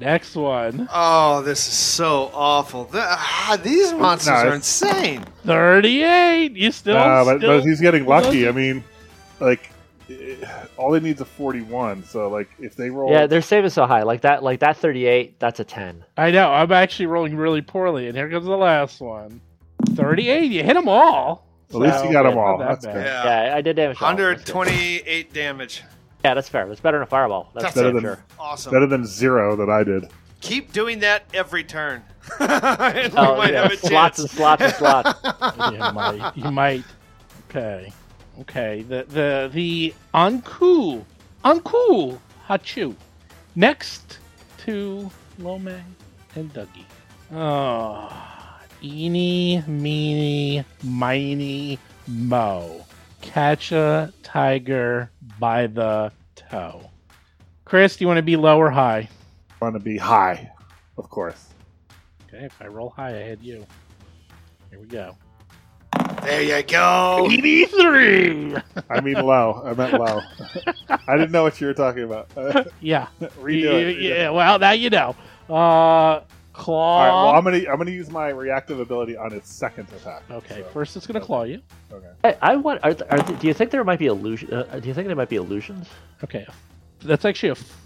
Speaker 2: Next one.
Speaker 3: Oh, this is so awful. Th- ah, these monsters
Speaker 6: No,
Speaker 3: are
Speaker 6: it's-
Speaker 3: insane.
Speaker 2: 38! You still.
Speaker 6: Nah, but,
Speaker 2: still
Speaker 6: but he's getting
Speaker 2: still
Speaker 6: lucky. I mean, like, eh, all he needs a 41. So, like, if they roll.
Speaker 5: Yeah, their save is so high. Like that. Like that 38. That's a 10.
Speaker 2: I know, I'm actually rolling really poorly. And here comes the last one 38. You hit them all.
Speaker 6: At least you got 'em
Speaker 2: it's not
Speaker 6: all.
Speaker 2: that
Speaker 6: That's
Speaker 2: bad.
Speaker 6: good.
Speaker 3: Yeah.
Speaker 5: Yeah, I did damage. to all of them. That's good.
Speaker 3: 128 damage.
Speaker 5: Yeah, that's fair. That's better than a fireball. That's,
Speaker 3: That's
Speaker 5: for
Speaker 6: better than-
Speaker 5: sure.
Speaker 3: Awesome.
Speaker 6: better than zero that I did.
Speaker 3: Keep doing that every turn. And we
Speaker 5: Oh,
Speaker 3: might
Speaker 5: yeah.
Speaker 3: have a
Speaker 5: slots and
Speaker 3: chance.
Speaker 5: slots and slots.
Speaker 2: you might. You might. Okay. Okay. The the the uncool, uncool Hachu, next to Lomang and Dougie. Oh, eeny, meeny, miny, mo. Catch a tiger by the toe. Chris, do you want to be low or high?
Speaker 6: Want to be high, of course.
Speaker 2: Okay, if I roll high, I hit you. Here we go.
Speaker 3: There you go.
Speaker 2: 83!
Speaker 6: I mean, low. I meant low. I didn't know what you were talking about. Uh,
Speaker 2: Yeah.
Speaker 6: redo
Speaker 2: You-
Speaker 6: it.
Speaker 2: you- yeah, well, now you know. Uh,
Speaker 6: All right. Well,
Speaker 2: claw.
Speaker 6: I'm gonna I'm gonna use my reactive ability on its second attack.
Speaker 2: okay,
Speaker 6: so-
Speaker 2: first it's gonna claw you.
Speaker 6: Okay.
Speaker 5: I, I want. Are, th- are, th- do you think there might be illusion? Uh, do you think there might be illusions?
Speaker 2: Okay, that's actually a. f-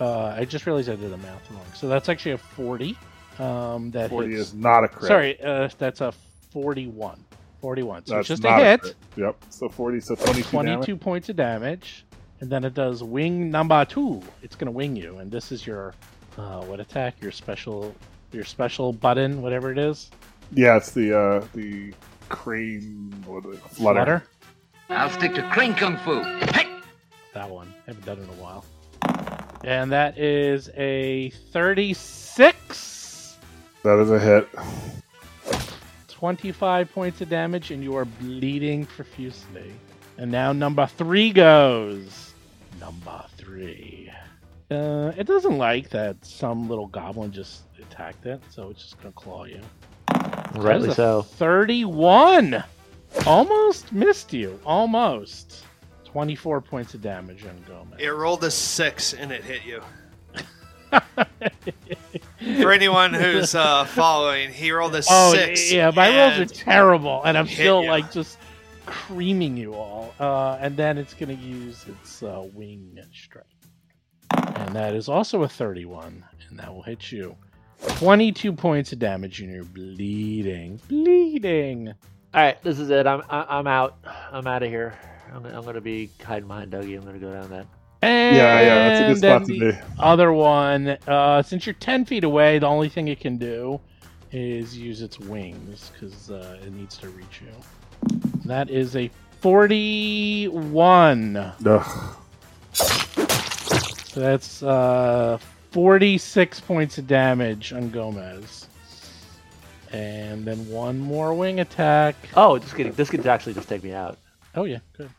Speaker 2: Uh, I just realized I did the math wrong. So that's actually a forty. Um, that
Speaker 6: Forty
Speaker 2: hits.
Speaker 6: is not a crit.
Speaker 2: Sorry, uh, that's a forty-one. Forty-one. So
Speaker 6: That's
Speaker 2: it's just a
Speaker 6: not
Speaker 2: hit.
Speaker 6: crit. Yep. So forty. So twenty-two. damage.
Speaker 2: Twenty-two points of damage, and then it does wing number two. It's gonna wing you, and this is your uh, what attack? Your special, your special button, whatever it is.
Speaker 6: Yeah, it's the uh the crane what is it? flutter.
Speaker 2: Flutter?
Speaker 7: I'll stick to crane kung fu. Hey!
Speaker 2: That one. I haven't done it in a while. And that is a 36.
Speaker 6: That is a hit.
Speaker 2: 25 points of damage, and you are bleeding profusely. And now number three goes. Number three. Uh, it doesn't like that some little goblin just attacked it, so it's just going to claw you. That
Speaker 5: Rightly
Speaker 2: is a
Speaker 5: so.
Speaker 2: 31. Almost missed you. Almost. 24 points of damage on Gomez.
Speaker 3: It rolled a six and it hit you. For anyone who's uh, following, he rolled a
Speaker 2: Oh
Speaker 3: six.
Speaker 2: yeah, my rolls
Speaker 3: and-
Speaker 2: are terrible, and I'm
Speaker 3: hit
Speaker 2: still
Speaker 3: ya.
Speaker 2: like just creaming you all. Uh, and then it's gonna use its uh, wing strike, and that is also a 31, and that will hit you. 22 points of damage, and you're bleeding, bleeding.
Speaker 5: All right, this is it. I'm I- I'm out. I'm out of here. I'm, I'm gonna be hiding behind Dougie. I'm gonna go down that.
Speaker 2: And
Speaker 6: Yeah, yeah, that's a good
Speaker 2: then
Speaker 6: spot to
Speaker 2: the
Speaker 6: be.
Speaker 2: Other one, uh, since you're 10 feet away, the only thing it can do is use its wings because uh, it needs to reach you. That is a 41.
Speaker 6: Ugh.
Speaker 2: So that's uh, 46 points of damage on Gomez. And then one more wing attack.
Speaker 5: Oh, just kidding. This could actually just take me out.
Speaker 2: Oh, yeah, good.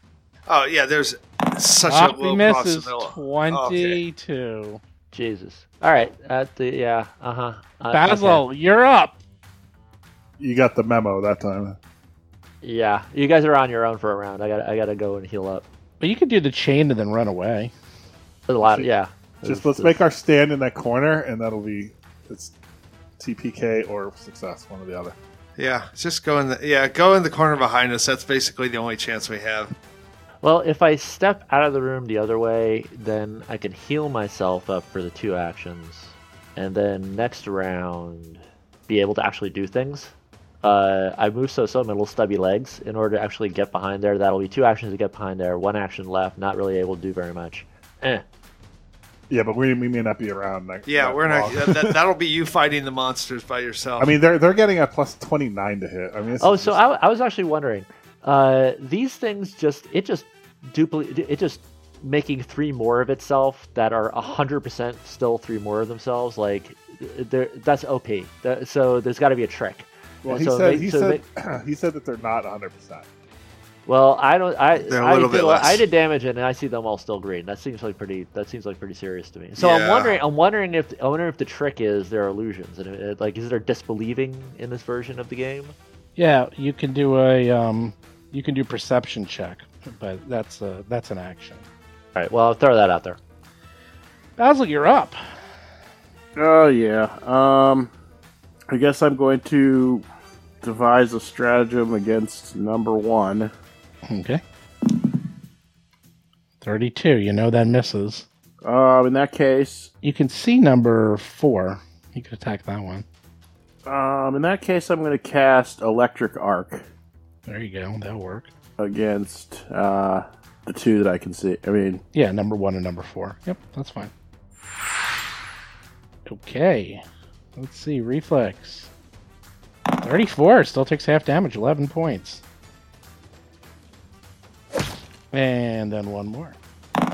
Speaker 3: Oh yeah, there's such
Speaker 2: Ah,
Speaker 3: a
Speaker 2: he
Speaker 3: low
Speaker 2: misses
Speaker 3: possibility.
Speaker 2: 22.
Speaker 5: Jesus. All right. At the yeah. Uh-huh. Uh
Speaker 2: Basil, you're up.
Speaker 6: You got the memo that time.
Speaker 5: okay. Yeah. You guys are on your own for a round. I got to I gotta go and heal up.
Speaker 2: But you could do the chain and then run away.
Speaker 5: A lot.
Speaker 6: Should-
Speaker 5: Yeah.
Speaker 6: Just
Speaker 5: This-
Speaker 6: let's
Speaker 5: this-
Speaker 6: make our stand in that corner, and that'll be it's TPK or success, one or the other.
Speaker 3: Yeah, just go in the yeah, go in the corner behind us. That's basically the only chance we have.
Speaker 5: Well, if I step out of the room the other way, then I can heal myself up for the two actions, and then next round be able to actually do things. Uh, I move so so my little stubby legs in order to actually get behind there. That'll be two actions to get behind there, one action left. Not really able to do very much. Eh.
Speaker 6: Yeah, but we, we may not be around. That,
Speaker 3: Yeah,
Speaker 6: that
Speaker 3: we're not.
Speaker 6: long.
Speaker 3: That, that- that'll be you fighting the monsters by yourself.
Speaker 6: I mean, they're they're getting a plus twenty nine to hit. I mean, this
Speaker 5: Oh,
Speaker 6: is
Speaker 5: so
Speaker 6: just-
Speaker 5: I, I was actually wondering. Uh, these things just it just duplicate it just making three more of itself that are hundred percent still three more of themselves. Like there, that's OP. That, so there's got to be a trick.
Speaker 6: well, he
Speaker 5: so
Speaker 6: said
Speaker 5: they-
Speaker 6: he
Speaker 5: so
Speaker 6: said he said that they're not one hundred percent.
Speaker 5: Well, I don't. I
Speaker 3: They're a
Speaker 5: I
Speaker 3: little
Speaker 5: did,
Speaker 3: bit
Speaker 5: a-
Speaker 3: less.
Speaker 5: I did damage and I see them all still green. That seems like pretty. That seems like pretty serious to me. So I'm
Speaker 3: Yeah.
Speaker 5: wondering. I'm wondering if I wonder if the trick is there are illusions and uh, like is there disbelieving in this version of the game?
Speaker 2: Yeah, you can do a um, you can do perception check, but that's a that's an action.
Speaker 5: All right. Well, I'll throw that out there.
Speaker 2: Basil, you're up.
Speaker 4: Oh yeah. Um, I guess I'm going to devise a stratagem against number one.
Speaker 2: Okay. Thirty-two. You know that misses.
Speaker 4: Um, in that case,
Speaker 2: You can see number four. You could attack that one.
Speaker 4: um, in that case, I'm going to cast electric arc
Speaker 2: There you go. That'll work.
Speaker 4: against uh, the two that I can see. I mean,
Speaker 2: Yeah, number one and number four. Yep, that's fine. Okay. Let's see. Reflex. Thirty-four still takes half damage. Eleven points. And then one more.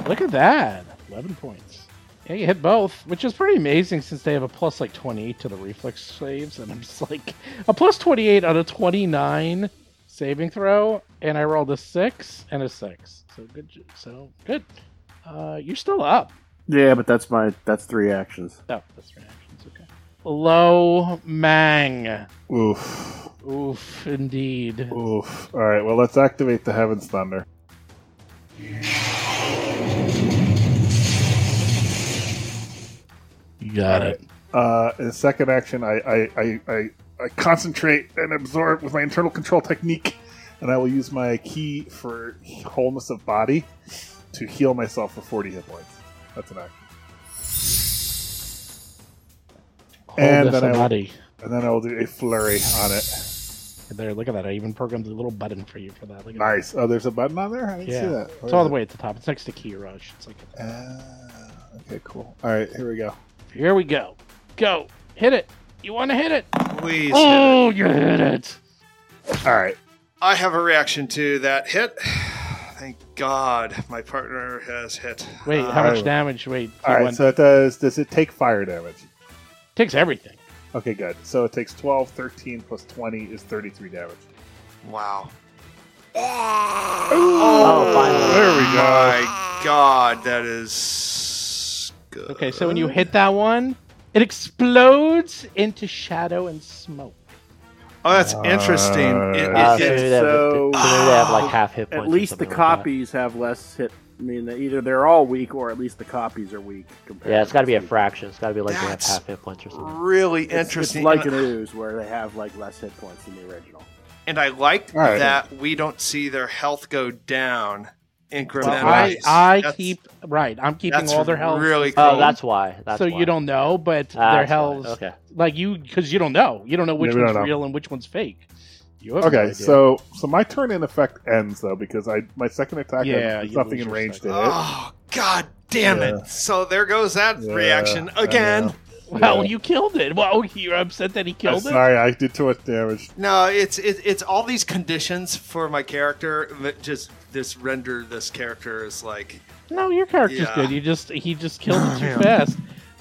Speaker 2: Look at that. Eleven points. Yeah, you hit both, which is pretty amazing since they have a plus like twenty-eight to the reflex saves, and I'm just like a plus twenty-eight on a twenty-nine saving throw, and I rolled a six and a six. So good. j- So good. Uh, you're still up.
Speaker 4: yeah, but that's my that's three actions.
Speaker 2: Oh, that's three actions. Okay. Low Mang.
Speaker 6: Oof,
Speaker 2: Oof, indeed.
Speaker 6: oof. All right, well, let's activate the heavens thunder.
Speaker 2: You got it.
Speaker 6: Uh, in second action, I I, I, I I concentrate and absorb with my internal control technique, and I will use my key for wholeness of body to heal myself for forty hit points. That's an action.
Speaker 2: Hold
Speaker 6: And
Speaker 2: this
Speaker 6: then I will-
Speaker 2: body.
Speaker 6: And then I will do a flurry on it.
Speaker 2: There, look at that. I even programmed a little button for you for that. Look at that.
Speaker 6: Nice. Oh, there's a button on there. I didn't see
Speaker 2: Yeah.
Speaker 6: that.
Speaker 2: It's all the way at the top. It's next to Key Rush. It's like,
Speaker 6: Uh, okay, cool. All right, here we go.
Speaker 2: here we go. Go. Hit it. You want to hit it?
Speaker 3: Please. hit it.
Speaker 2: Oh, you hit it.
Speaker 6: All right.
Speaker 3: I have a reaction to that hit. Thank God my partner has hit.
Speaker 2: Wait,
Speaker 3: Uh,
Speaker 2: how much
Speaker 6: Alright.
Speaker 2: damage? Wait,
Speaker 6: All right.
Speaker 2: T1.
Speaker 6: So it does. Does it take fire damage?
Speaker 2: takes everything.
Speaker 6: Okay, good. So it takes 12, 13 plus 20 is 33 damage.
Speaker 3: wow.
Speaker 5: Oh, finally.
Speaker 6: There we go.
Speaker 3: My God, that is good.
Speaker 2: Okay, so when
Speaker 6: Uh,
Speaker 2: you hit that one, it explodes into shadow and smoke.
Speaker 3: Oh, that's interesting. It-
Speaker 6: Uh,
Speaker 3: it- it-
Speaker 5: so maybe they have,
Speaker 4: so-
Speaker 5: so maybe they have like half hit points.
Speaker 4: At
Speaker 5: or
Speaker 4: least the
Speaker 5: something like that.
Speaker 4: copies have less hit. I mean, either they're all weak or at least the copies are weak. Compared
Speaker 5: Yeah, it's got to be a
Speaker 4: this week.
Speaker 5: fraction. It's got to be like they have
Speaker 3: That's-
Speaker 5: half hit points or something.
Speaker 3: really
Speaker 4: It's-
Speaker 3: interesting.
Speaker 4: It's like
Speaker 3: and,
Speaker 4: an ooze where they have like less hit points than the original.
Speaker 3: and I like
Speaker 6: All right.
Speaker 3: that we don't see their health go down incrementally.
Speaker 2: Well, I, I
Speaker 3: That's-
Speaker 2: keep right. I'm keeping
Speaker 3: that's
Speaker 2: all their health,
Speaker 3: Really cool.
Speaker 5: Oh, that's why. That's
Speaker 2: so
Speaker 5: why.
Speaker 2: you don't know, but
Speaker 5: Ah,
Speaker 2: their
Speaker 5: that's why.
Speaker 2: health,
Speaker 5: Okay.
Speaker 2: like you, because you don't know. You don't know which
Speaker 6: Yeah, we
Speaker 2: one's
Speaker 6: don't know.
Speaker 2: real and which one's fake. You have no
Speaker 6: Okay,
Speaker 2: idea.
Speaker 6: so so my turn in effect ends though because I my second attack
Speaker 2: Yeah,
Speaker 6: yeah,
Speaker 2: you
Speaker 6: nothing
Speaker 2: lose
Speaker 6: in
Speaker 2: your
Speaker 6: range to
Speaker 2: second.
Speaker 6: hit.
Speaker 3: Oh, god damn
Speaker 6: Yeah.
Speaker 3: it. So there goes that
Speaker 6: Yeah,
Speaker 3: reaction
Speaker 6: I
Speaker 3: again.
Speaker 6: know.
Speaker 2: well,
Speaker 6: yeah.
Speaker 2: you killed it. Well, you're upset that he
Speaker 6: I'm
Speaker 2: killed it.
Speaker 6: sorry, I did too much damage.
Speaker 3: No, it's it, it's all these conditions for my character that just this render this character is like
Speaker 2: No, your character's
Speaker 3: Yeah.
Speaker 2: good. You just he just killed it too fast.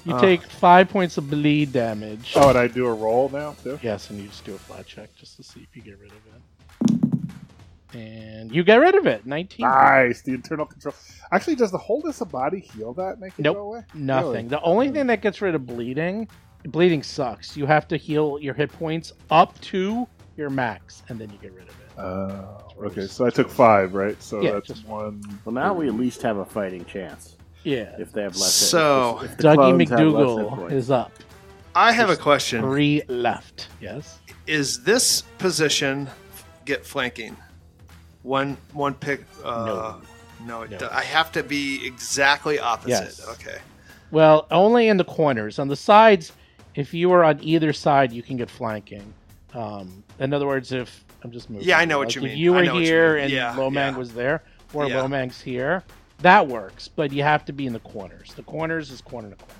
Speaker 2: You
Speaker 5: Oh.
Speaker 2: take five points of bleed damage.
Speaker 6: Oh, and I do a roll now too.
Speaker 2: Yes, and you just do a flat check just to see if you get rid of it. And you get rid of it. Nineteen.
Speaker 6: Nice, the internal control. Actually, does the holdness of body heal that? Make it
Speaker 2: Nope,
Speaker 6: go away?
Speaker 2: Nothing.
Speaker 6: Really?
Speaker 2: The
Speaker 4: Hmm.
Speaker 2: only thing that gets rid of bleeding, bleeding sucks. You have to heal your hit points up to your max, and then you get rid of it.
Speaker 6: Oh, okay, so I took five, right? So
Speaker 2: Yeah,
Speaker 6: that's
Speaker 2: just-
Speaker 6: one.
Speaker 4: Well, now we at least have a fighting chance
Speaker 2: Yeah.
Speaker 4: if they have less. hit-
Speaker 3: So-
Speaker 4: if the
Speaker 2: Dougie
Speaker 4: clones have less hit
Speaker 2: McDougal
Speaker 4: points.
Speaker 2: is up.
Speaker 3: I have a question.
Speaker 2: Three left. Yes.
Speaker 3: Is this position get flanking? One one pick uh no, it
Speaker 2: No.
Speaker 3: do- I have to be exactly opposite.
Speaker 2: Yes.
Speaker 3: Okay.
Speaker 2: Well, only in the corners. On the sides, if you are on either side, you can get flanking. Um, in other words, if I'm just moving.
Speaker 3: Yeah, I know
Speaker 2: Like,
Speaker 3: what you
Speaker 2: if
Speaker 3: mean.
Speaker 2: you
Speaker 3: I
Speaker 2: were
Speaker 3: know what you
Speaker 2: here
Speaker 3: mean.
Speaker 2: and
Speaker 3: Yeah,
Speaker 2: Lomang
Speaker 3: yeah.
Speaker 2: was there, or
Speaker 3: Yeah.
Speaker 2: Lomang's here, that works. But you have to be in the corners. The corners is corner to corner.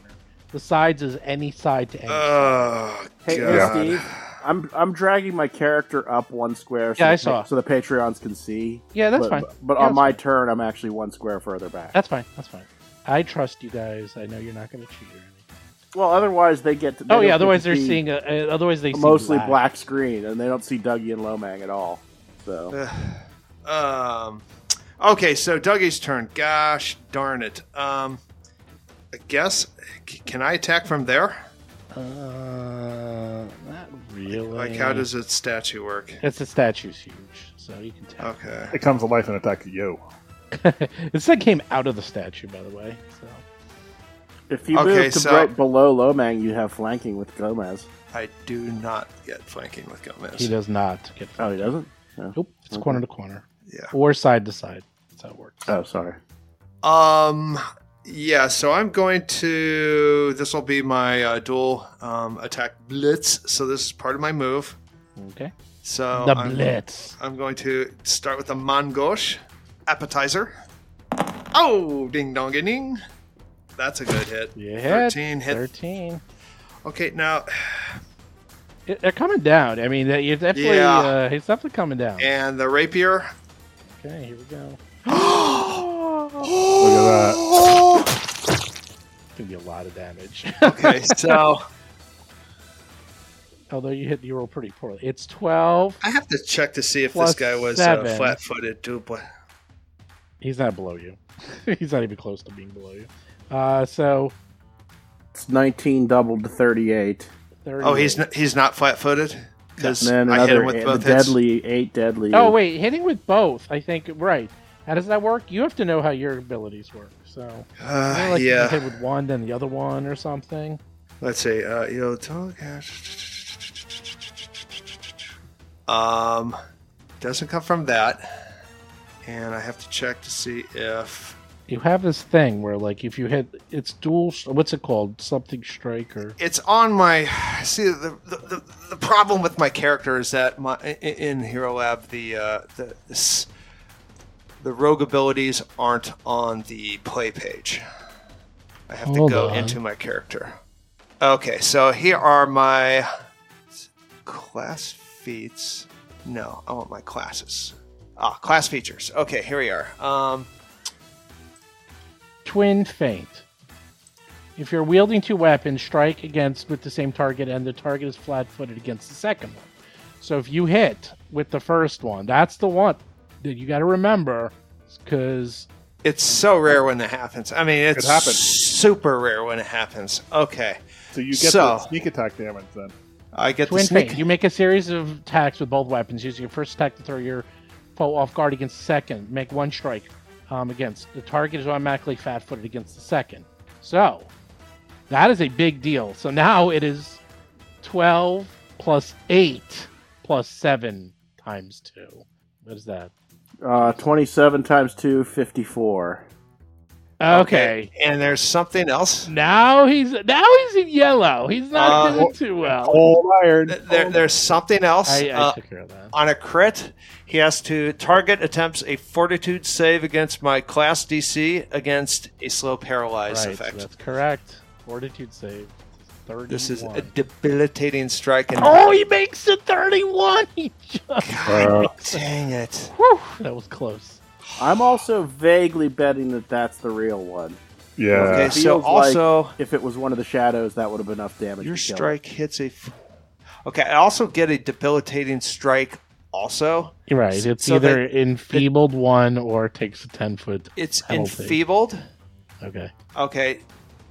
Speaker 2: The sides is any side to any. side.
Speaker 3: Oh
Speaker 4: Hey,
Speaker 3: god.
Speaker 6: Yeah.
Speaker 4: Steve, I'm I'm dragging my character up one square. So
Speaker 2: Yeah, I
Speaker 4: the
Speaker 2: saw.
Speaker 4: pa- So the Patreons can see.
Speaker 2: yeah, that's
Speaker 4: but,
Speaker 2: fine.
Speaker 4: But, but
Speaker 2: Yeah,
Speaker 4: on
Speaker 2: that's
Speaker 4: my turn, I'm actually one square further back.
Speaker 2: That's fine. That's fine. I trust you guys. I know you're not going to cheat or anything.
Speaker 4: well, otherwise they get. To, they
Speaker 2: Oh
Speaker 4: don't get
Speaker 2: yeah. Otherwise,
Speaker 4: to
Speaker 2: they're
Speaker 4: see
Speaker 2: seeing. A, uh, otherwise, they
Speaker 4: a
Speaker 2: see
Speaker 4: mostly
Speaker 2: black.
Speaker 4: black screen, and they don't see Dougie and Lomang at all. So
Speaker 3: Uh, Um, okay, so Dougie's turn. Gosh darn it. Um, I guess c- can I attack from there?
Speaker 2: Uh, not really.
Speaker 3: Like, how does its statue work?
Speaker 2: It's the statue's huge, so you can tell.
Speaker 3: Okay.
Speaker 6: It comes to life and attack you.
Speaker 2: this thing came out of the statue, by the way. So
Speaker 4: if you
Speaker 3: Okay,
Speaker 4: move to
Speaker 3: so-
Speaker 4: right below Lomang, you have flanking with Gomez.
Speaker 3: I do not get flanking with Gomez.
Speaker 2: he does not get.
Speaker 4: Oh, he doesn't.
Speaker 2: Nope. It's
Speaker 4: Okay.
Speaker 2: corner to corner
Speaker 3: Yeah.
Speaker 2: or side to side. That's how it works.
Speaker 4: Oh, sorry.
Speaker 3: Um. Yeah. So I'm going to. This will be my uh, dual um, attack blitz. So this is part of my move.
Speaker 2: Okay.
Speaker 3: So
Speaker 2: the
Speaker 3: I'm,
Speaker 2: blitz.
Speaker 3: I'm going to start with the mangosh appetizer. Oh, ding dong ding, ding. That's a good hit.
Speaker 2: Yeah.
Speaker 3: 13 hit.
Speaker 2: Thirteen.
Speaker 3: Okay, now
Speaker 2: It- they're coming down. I mean, they- it's definitely.
Speaker 3: Yeah.
Speaker 2: Uh, it's definitely coming down.
Speaker 3: and the rapier.
Speaker 2: Okay. Here we go.
Speaker 6: Look at
Speaker 2: It's gonna be a lot of damage.
Speaker 3: Okay, so
Speaker 2: Although you hit you roll pretty poorly. It's twelve.
Speaker 3: I have to check to see if
Speaker 2: Plus
Speaker 3: this guy was
Speaker 2: seven.
Speaker 3: uh, flat-footed dupe.
Speaker 2: He's not below you. He's not even close to being below you. Uh, so
Speaker 4: It's 19 doubled to 38.
Speaker 2: thirty.
Speaker 3: Oh, he's not, he's not flat-footed because
Speaker 4: And then
Speaker 3: I hit
Speaker 4: another
Speaker 3: him with
Speaker 4: eight-
Speaker 3: both
Speaker 4: the
Speaker 3: hits.
Speaker 4: deadly, eight deadly.
Speaker 2: Oh wait, hitting with both. I think right. How does that work? You have to know how your abilities work. So
Speaker 3: Uh,
Speaker 2: I feel like you
Speaker 3: yeah,
Speaker 2: can hit with one, then the other one, or something.
Speaker 3: let's see. Uh, you know, total Um, doesn't come from that, and I have to check to see if
Speaker 2: You have this thing where like if you hit, it's dual. What's it called? Something strike or
Speaker 3: it's on my see the, the, the, the problem with my character is that my i- in hero lab the uh, the this, the rogue abilities aren't on the play page i have
Speaker 2: Hold
Speaker 3: to go
Speaker 2: on.
Speaker 3: into my character okay so here are my class feats no i want my classes ah class features okay here we are um
Speaker 2: twin feint. If you're wielding two weapons, strike against with the same target, and the target is flat-footed against the second one. So if you hit with the first one, that's the one that you got to remember, because
Speaker 3: It's so rare when it happens. I mean, it's
Speaker 6: happened.
Speaker 3: super rare when it happens. Okay,
Speaker 6: that. So you get
Speaker 3: So-
Speaker 6: the sneak attack damage then.
Speaker 3: I get
Speaker 2: Twin
Speaker 3: the sneak.
Speaker 2: feint. You make a series of attacks with both weapons, using your first attack to throw your foe off guard against the second. Make one strike um, against the target is automatically fat-footed against the second. So that is a big deal. So now it is twelve plus eight plus seven times two. What is that?
Speaker 4: Uh, 27 times 2, 54.
Speaker 2: Okay.
Speaker 3: And there's something else.
Speaker 2: Now he's now he's in yellow. He's not
Speaker 3: Uh,
Speaker 2: doing too well.
Speaker 6: Cold iron.
Speaker 3: Th- There, there's something else.
Speaker 2: I, I
Speaker 3: Uh,
Speaker 2: took care of that.
Speaker 3: on a crit, he has to target attempts a fortitude save against my class DC against a slow paralyze
Speaker 2: Right,
Speaker 3: effect.
Speaker 2: that's correct. Fortitude save. Thirty-one.
Speaker 3: This is a debilitating strike. And
Speaker 2: oh, he makes it thirty-one. He just,
Speaker 4: Uh,
Speaker 3: dang it!
Speaker 2: whew, that was close.
Speaker 4: I'm also vaguely betting that that's the real one.
Speaker 6: Yeah.
Speaker 3: Okay, so
Speaker 4: uh, Feels like-
Speaker 3: also
Speaker 4: If it was one of the shadows, that would have been enough damage.
Speaker 3: your
Speaker 4: to kill it.
Speaker 3: strike hits a. F- okay, I also get a debilitating strike. Also,
Speaker 2: Right. It's
Speaker 3: So
Speaker 2: either enfeebled one or takes a ten-foot.
Speaker 3: it's
Speaker 2: Penalty.
Speaker 3: enfeebled.
Speaker 2: Okay.
Speaker 3: Okay,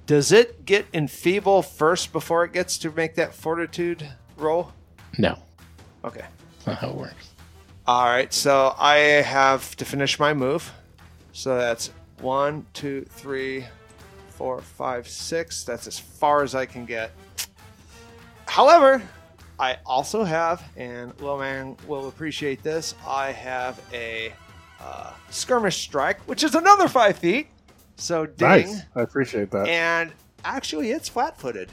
Speaker 3: does it get enfeeble first before it gets to make that fortitude roll?
Speaker 2: No,
Speaker 3: Okay.
Speaker 2: that's not how it works.
Speaker 3: All right, so I have to finish my move. So that's one, two, three, four, five, six. That's as far as I can get. However, I also have, and Loman will appreciate this, I have a uh, skirmish strike, which is another five feet. So ding.
Speaker 6: Nice. I appreciate that.
Speaker 3: And actually, it's flat footed.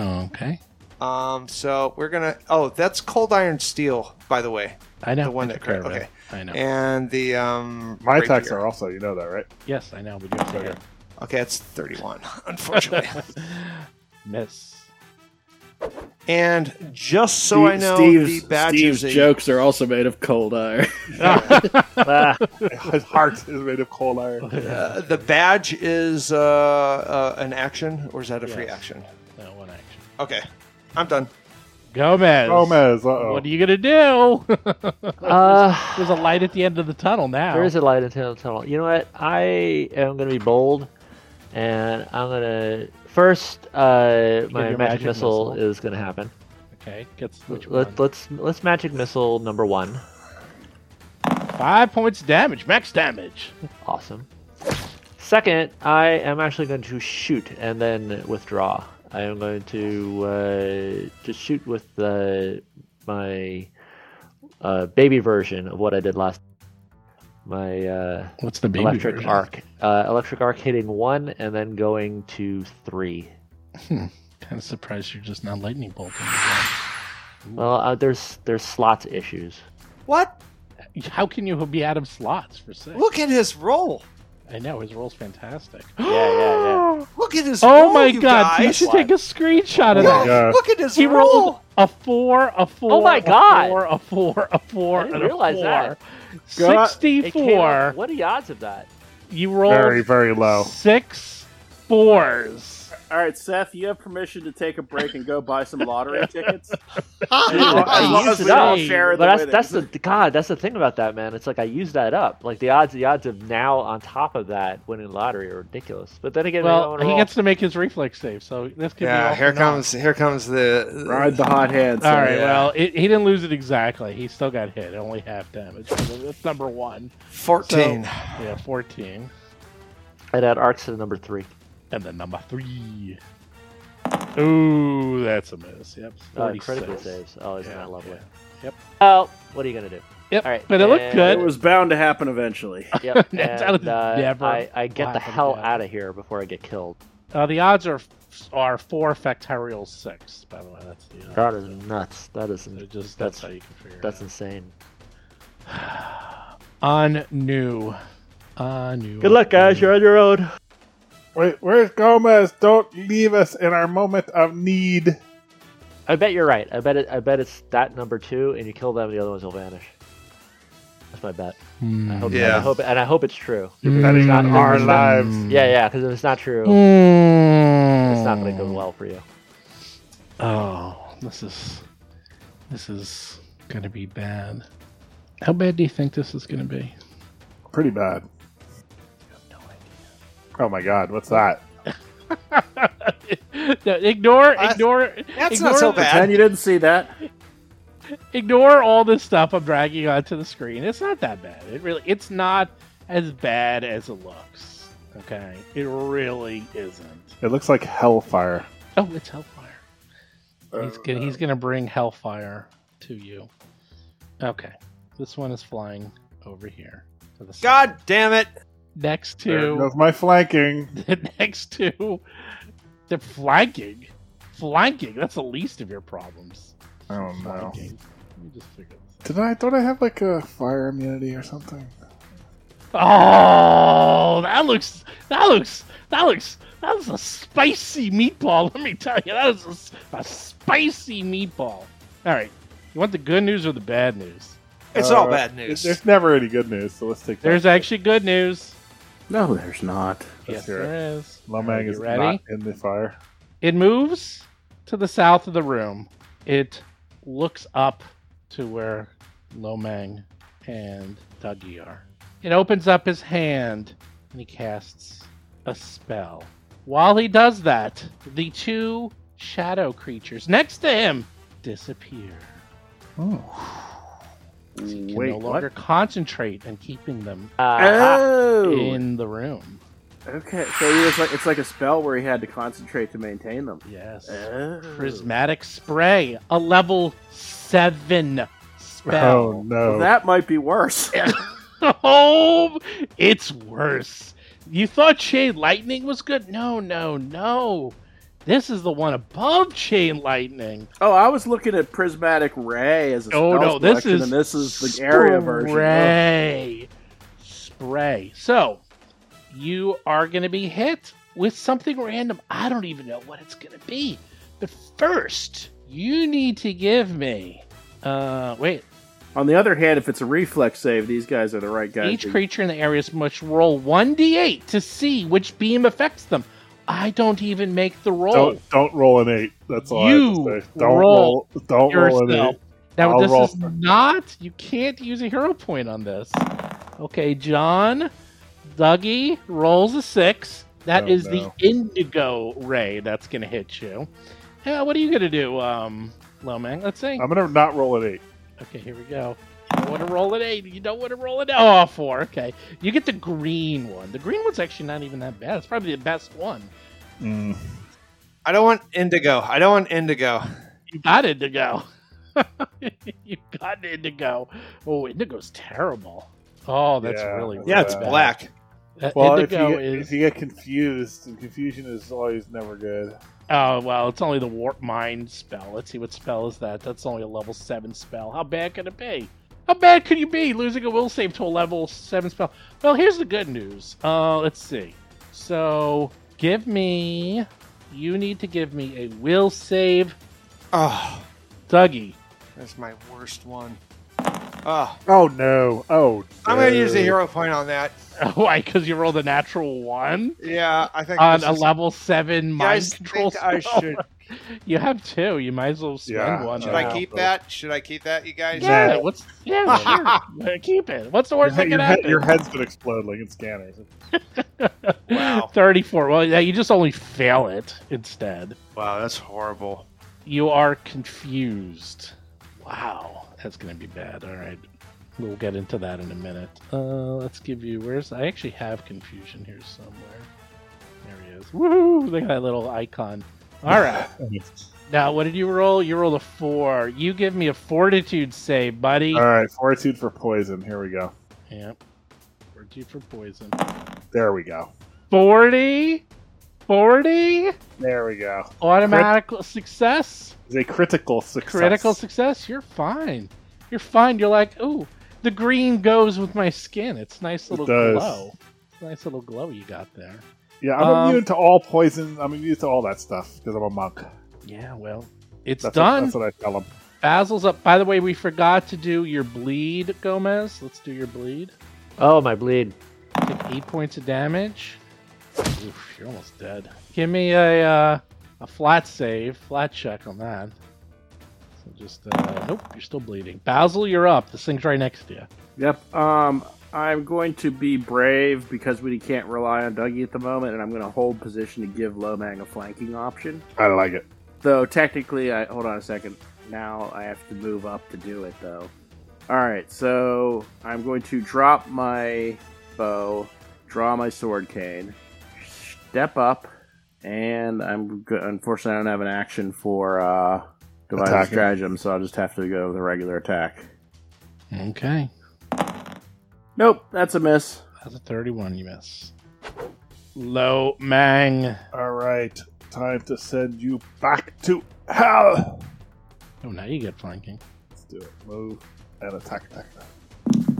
Speaker 2: Okay.
Speaker 3: Um, so we're going to. Oh, that's cold iron steel, by the way.
Speaker 2: I know
Speaker 3: The one
Speaker 2: I
Speaker 3: that
Speaker 2: took care
Speaker 3: crit-
Speaker 2: of it.
Speaker 3: okay.
Speaker 2: I know.
Speaker 3: And the um
Speaker 6: My attacks
Speaker 3: rapier.
Speaker 6: are also, you know that, right?
Speaker 2: yes, I know. But you have to hit.
Speaker 3: Okay, it's 31, unfortunately.
Speaker 2: miss.
Speaker 3: and just so I know
Speaker 8: Steve's,
Speaker 3: the badges
Speaker 8: Steve's
Speaker 3: that you-
Speaker 8: jokes are also made of cold iron.
Speaker 5: Ah,
Speaker 6: His heart is made of cold iron.
Speaker 3: uh, the badge is uh, uh, an action or is that a free
Speaker 2: Yes.
Speaker 3: action?
Speaker 2: No one action.
Speaker 3: Okay. I'm done.
Speaker 2: Gomez.
Speaker 6: Gomez, uh oh.
Speaker 2: What are you gonna do?
Speaker 5: uh,
Speaker 2: There's a light at the end of the tunnel now.
Speaker 5: There is a light at the end of the tunnel. You know what? I am going to be bold, and I'm going to first. Uh, my
Speaker 2: your
Speaker 5: magic,
Speaker 2: magic
Speaker 5: missile,
Speaker 2: missile.
Speaker 5: is going to happen.
Speaker 2: okay. Gets which one?
Speaker 5: Let, let's let's magic missile number one.
Speaker 2: Five points damage, max damage.
Speaker 5: Awesome. Second, I am actually going to shoot and then withdraw. I am going to uh, just shoot with uh, my uh, baby version of what I did last. My uh,
Speaker 2: What's the baby
Speaker 5: electric
Speaker 2: version?
Speaker 5: arc. Uh, electric arc hitting one and then going to three.
Speaker 2: Kind of surprised you're just not lightning bolting.
Speaker 5: Well, uh, there's there's slots issues.
Speaker 3: What?
Speaker 2: How can you be out of slots for six?
Speaker 3: Look at his roll.
Speaker 2: I know his roll's fantastic.
Speaker 5: Yeah, yeah, yeah.
Speaker 3: Look at his roll.
Speaker 2: Oh my
Speaker 3: you
Speaker 2: god! You
Speaker 3: guys.
Speaker 2: should take a screenshot of
Speaker 3: No,
Speaker 2: that.
Speaker 6: God.
Speaker 3: Look at his
Speaker 2: He
Speaker 3: roll.
Speaker 2: rolled a four, a four.
Speaker 5: Oh my
Speaker 2: a
Speaker 5: God.
Speaker 2: Four, a four, a four.
Speaker 5: I didn't
Speaker 2: and
Speaker 5: realize
Speaker 2: a
Speaker 5: that.
Speaker 2: four.
Speaker 6: God.
Speaker 5: It came
Speaker 2: Sixty-four.
Speaker 5: up- What are the odds of that?
Speaker 2: You rolled
Speaker 6: Very, very low.
Speaker 2: six fours.
Speaker 4: All right, Seth, you have permission to take a break and go buy some lottery tickets.
Speaker 5: I
Speaker 4: long
Speaker 5: used
Speaker 4: as
Speaker 5: it
Speaker 4: we all
Speaker 5: up.
Speaker 4: share the
Speaker 5: But that's,
Speaker 4: winnings.
Speaker 5: that's the god. That's the thing about that man. It's like I used that up. Like the odds, the odds of now on top of that winning lottery are ridiculous. But then again, we
Speaker 2: Well,
Speaker 5: don't
Speaker 2: he
Speaker 5: roll.
Speaker 2: gets to make his reflex save, so this could be.
Speaker 3: Yeah,
Speaker 2: all
Speaker 3: here
Speaker 2: for naught.
Speaker 3: comes here comes the,
Speaker 4: Ride the hot hand.
Speaker 2: All right.
Speaker 3: yeah.
Speaker 2: Well, it, he didn't lose it exactly. He still got hit. Only half damage. So That's number one.
Speaker 3: 14.
Speaker 2: So- yeah, fourteen,
Speaker 5: and add arcs to the number three.
Speaker 2: and then number three. Ooh, that's a miss. Yep.
Speaker 5: Uh,
Speaker 2: 46.
Speaker 5: critical saves. Oh, isn't
Speaker 2: Yeah,
Speaker 5: that lovely?
Speaker 2: yeah. Yep.
Speaker 5: Well, what are you gonna do?
Speaker 2: Yep.
Speaker 5: All right,
Speaker 2: But it looked
Speaker 5: and-
Speaker 8: it
Speaker 2: good.
Speaker 8: was bound to happen eventually.
Speaker 5: Yep.
Speaker 2: That
Speaker 5: and,
Speaker 2: would
Speaker 5: uh,
Speaker 2: never
Speaker 5: I, I get the
Speaker 2: happen
Speaker 5: hell
Speaker 2: again.
Speaker 5: out of here before I get killed.
Speaker 2: Uh, the odds are are four factorial six. By the way, that's the odds.
Speaker 5: That is nuts. That is
Speaker 2: So just that's,
Speaker 5: that's
Speaker 2: how you can figure
Speaker 5: that's
Speaker 2: it out.
Speaker 5: insane.
Speaker 2: on new. On new.
Speaker 5: Good luck, guys. You're on your own.
Speaker 6: Wait, where's Gomez? Don't leave us in our moment of need.
Speaker 5: I bet you're right. I bet it. I bet it's that number two, and you kill them, the other ones will vanish. That's my bet. I hope,
Speaker 3: Hmm. Yeah.
Speaker 5: I hope, and I hope it's true.
Speaker 6: Betting on
Speaker 5: Mm.
Speaker 6: our lives.
Speaker 5: Yeah, yeah. Because if it's not true, it's not going to go well for you.
Speaker 2: Mm. Oh, this is this is gonna be bad. How bad do you think this is gonna be?
Speaker 6: Pretty bad. Oh my god, what's that?
Speaker 2: no, ignore,
Speaker 3: That's-
Speaker 2: ignore,
Speaker 3: That's
Speaker 2: ignore,
Speaker 3: not so
Speaker 4: And
Speaker 3: bad.
Speaker 4: you didn't see that?
Speaker 2: Ignore all this stuff I'm dragging onto the screen. It's not that bad. It really, it's not as bad as it looks. Okay, it really isn't.
Speaker 6: It looks like hellfire.
Speaker 2: Oh, it's hellfire. He's gonna, he's gonna bring hellfire to you. Okay, this one is flying over here. To the side.
Speaker 3: God damn it.
Speaker 2: next
Speaker 6: There
Speaker 2: to
Speaker 6: goes my flanking.
Speaker 2: next to the flanking. Flanking. That's the least of your problems.
Speaker 6: Oh no!
Speaker 2: Flanking. Let me just figure this.
Speaker 6: Did I? Don't I have like a fire immunity or something?
Speaker 2: Oh, that looks, that looks, that looks, that was a spicy meatball. Let me tell you, that was a, a spicy meatball. All right, you want the good news or the bad news?
Speaker 3: It's
Speaker 6: Uh,
Speaker 3: all bad
Speaker 6: There's
Speaker 3: news.
Speaker 6: there's never any good news, so let's take.
Speaker 2: There's
Speaker 6: that.
Speaker 2: actually good news.
Speaker 4: No, there's not.
Speaker 6: Let's
Speaker 2: yes,
Speaker 6: hear it.
Speaker 2: there is. Are
Speaker 6: Lomang
Speaker 2: you
Speaker 6: is
Speaker 2: ready?
Speaker 6: not in the fire.
Speaker 2: It moves to the south of the room. It looks up to where Lomang and Dougie are. It opens up his hand and he casts a spell. While he does that, the two shadow creatures next to him disappear. He can
Speaker 6: Wait,
Speaker 2: no
Speaker 6: what?
Speaker 2: longer concentrate on keeping them
Speaker 3: Uh,
Speaker 5: Ah,
Speaker 4: Oh,
Speaker 2: in the room.
Speaker 4: okay. So he was like, it's like a spell where he had to concentrate to maintain them.
Speaker 2: Yes.
Speaker 4: Oh.
Speaker 2: Prismatic spray, a level seven spell.
Speaker 6: Oh no!
Speaker 4: That might be worse.
Speaker 2: Oh, it's worse. You thought chain lightning was good? No, no, no. This is the one above chain lightning.
Speaker 4: Oh, I was looking at prismatic ray as a
Speaker 2: Oh
Speaker 4: spell
Speaker 2: no, this
Speaker 4: selection,
Speaker 2: is
Speaker 4: and this is the area version. Oh.
Speaker 2: Spray, spray. So you are going to be hit with something random. I don't even know what it's going to be. But first, you need to give me. Uh, wait.
Speaker 4: On the other hand, if it's a reflex save, these guys are the right guys.
Speaker 2: Each
Speaker 4: to-
Speaker 2: creature in the area must roll 1d8 to see which beam affects them. I don't even make the roll.
Speaker 6: Don't don't roll an eight. That's all. I
Speaker 2: You
Speaker 6: have to say. Don't
Speaker 2: roll
Speaker 6: roll. Don't roll an
Speaker 2: yourself.
Speaker 6: eight.
Speaker 2: Now,
Speaker 6: I'll
Speaker 2: this
Speaker 6: roll
Speaker 2: is
Speaker 6: for it.
Speaker 2: not, you can't use a hero point on this. Okay, John, Dougie rolls a six. That
Speaker 6: Oh,
Speaker 2: is
Speaker 6: no.
Speaker 2: the indigo ray that's going to hit you. Uh, what are you going to do, um, Lomang? Let's see.
Speaker 6: I'm gonna not roll an eight.
Speaker 2: Okay, here we go. You don't want to roll an eight. You don't want to roll an oh four. Okay, you get the green one. The green one's actually not even that bad. It's probably the best one.
Speaker 6: Mm.
Speaker 3: I don't want indigo. I don't want indigo.
Speaker 2: You got it to go. you got it to go. Oh, indigo's terrible. Oh, that's
Speaker 6: Yeah.
Speaker 2: really
Speaker 3: Yeah, it's
Speaker 6: Uh,
Speaker 2: bad.
Speaker 3: black.
Speaker 2: That
Speaker 6: Well, if you,
Speaker 2: indigo
Speaker 6: get,
Speaker 2: is
Speaker 6: if you get confused, and confusion is always never good.
Speaker 2: oh well, it's only the warp mind spell. Let's see what spell is that. That's only a level seven spell. How bad can it be? How bad could you be losing a will save to a level seven spell? Well, here's the good news. Uh, let's see. So give me. You need to give me a will save,
Speaker 3: Oh,
Speaker 2: Dougie.
Speaker 3: that's my worst one. Oh,
Speaker 6: Oh no! Oh,
Speaker 3: I'm going to use a
Speaker 6: no.
Speaker 3: hero point on that.
Speaker 2: Why? Because you rolled a natural one.
Speaker 3: Yeah, I think
Speaker 2: on
Speaker 3: this
Speaker 2: a
Speaker 3: is-
Speaker 2: level seven
Speaker 3: You guys
Speaker 2: mind control
Speaker 3: think I
Speaker 2: spell.
Speaker 3: should
Speaker 2: You have two. You might as well spend
Speaker 6: Yeah.
Speaker 2: one.
Speaker 3: should
Speaker 6: No.
Speaker 3: I keep that? Should I keep that, you guys?
Speaker 2: Yeah. What's yeah? sure. Keep it. What's the
Speaker 6: Your,
Speaker 2: worst
Speaker 6: head,
Speaker 2: that
Speaker 6: your,
Speaker 2: can
Speaker 6: head,
Speaker 2: happen?
Speaker 6: your head's gonna explode like in scanners.
Speaker 3: Wow.
Speaker 2: Thirty-four. Well, yeah. You just only fail it instead.
Speaker 3: Wow, that's horrible.
Speaker 2: You are confused. Wow, that's gonna be bad. All right, we'll get into that in a minute. Uh, let's give you. Where's I actually have confusion here somewhere. There he is. Woohoo! Look at that little icon. All right. Now, what did you roll? You rolled a four. You give me a fortitude save, buddy.
Speaker 6: All right, fortitude for poison. Here we go.
Speaker 2: Yep. Fortitude for poison.
Speaker 6: There we go.
Speaker 2: 40? 40?
Speaker 6: There we go.
Speaker 2: Automatic success?
Speaker 6: It's a critical success.
Speaker 2: Critical success? You're fine. You're fine. You're like, ooh, the green goes with my skin. It's nice little
Speaker 6: does.
Speaker 2: glow. It's a nice little glow you got there.
Speaker 6: Yeah, I'm
Speaker 2: Um,
Speaker 6: immune to all poison. I'm immune to all that stuff because I'm a monk.
Speaker 2: Yeah, well, it's
Speaker 6: That's What,
Speaker 2: done.
Speaker 6: that's what I tell them.
Speaker 2: Basil's up. By the way, we forgot to do your bleed, Gomez. Let's do your bleed.
Speaker 5: oh my bleed.
Speaker 2: Take eight points of damage. Oof, you're almost dead. Give me a uh, a flat save, flat check on that. So just uh, nope, you're still bleeding. Basil, you're up. This thing's right next to you.
Speaker 4: Yep. Um, I'm going to be brave because we can't rely on Dougie at the moment, and I'm going to hold position to give Lomang a flanking option.
Speaker 6: I like it.
Speaker 4: Though technically, I hold on a second. Now I have to move up to do it, though. All right, so I'm going to drop my bow, draw my sword cane, step up, and I'm go- unfortunately I don't have an action for uh, divine
Speaker 6: Attacking.
Speaker 4: stratagem, so I'll just have to go with a regular attack.
Speaker 2: Okay.
Speaker 4: Nope, that's a miss.
Speaker 2: That's a 31 you miss. Lo Mang.
Speaker 6: All right, time to send you back to hell.
Speaker 2: Oh, now you get flanking.
Speaker 6: Let's do it. Move and attack, attack, attack.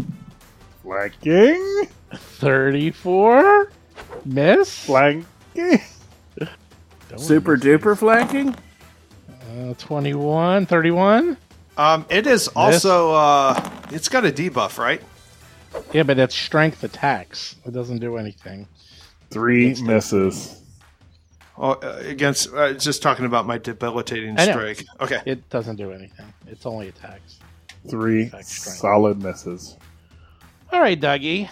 Speaker 6: Flanking,
Speaker 2: 34? Miss?
Speaker 6: flanking.
Speaker 2: Don't
Speaker 8: Super
Speaker 2: miss.
Speaker 8: duper flanking?
Speaker 2: Uh, 21, 31?
Speaker 3: Um, it is also uh, it's got a debuff, right?
Speaker 2: Yeah, but that's strength attacks. It doesn't do anything.
Speaker 6: Three misses.
Speaker 3: Oh, uh, against uh, just talking about my debilitating
Speaker 2: I know.
Speaker 3: strike. Okay,
Speaker 2: It doesn't do anything. It's only attacks.
Speaker 6: Three
Speaker 2: Attack strength.
Speaker 6: solid misses.
Speaker 2: All right, Dougie.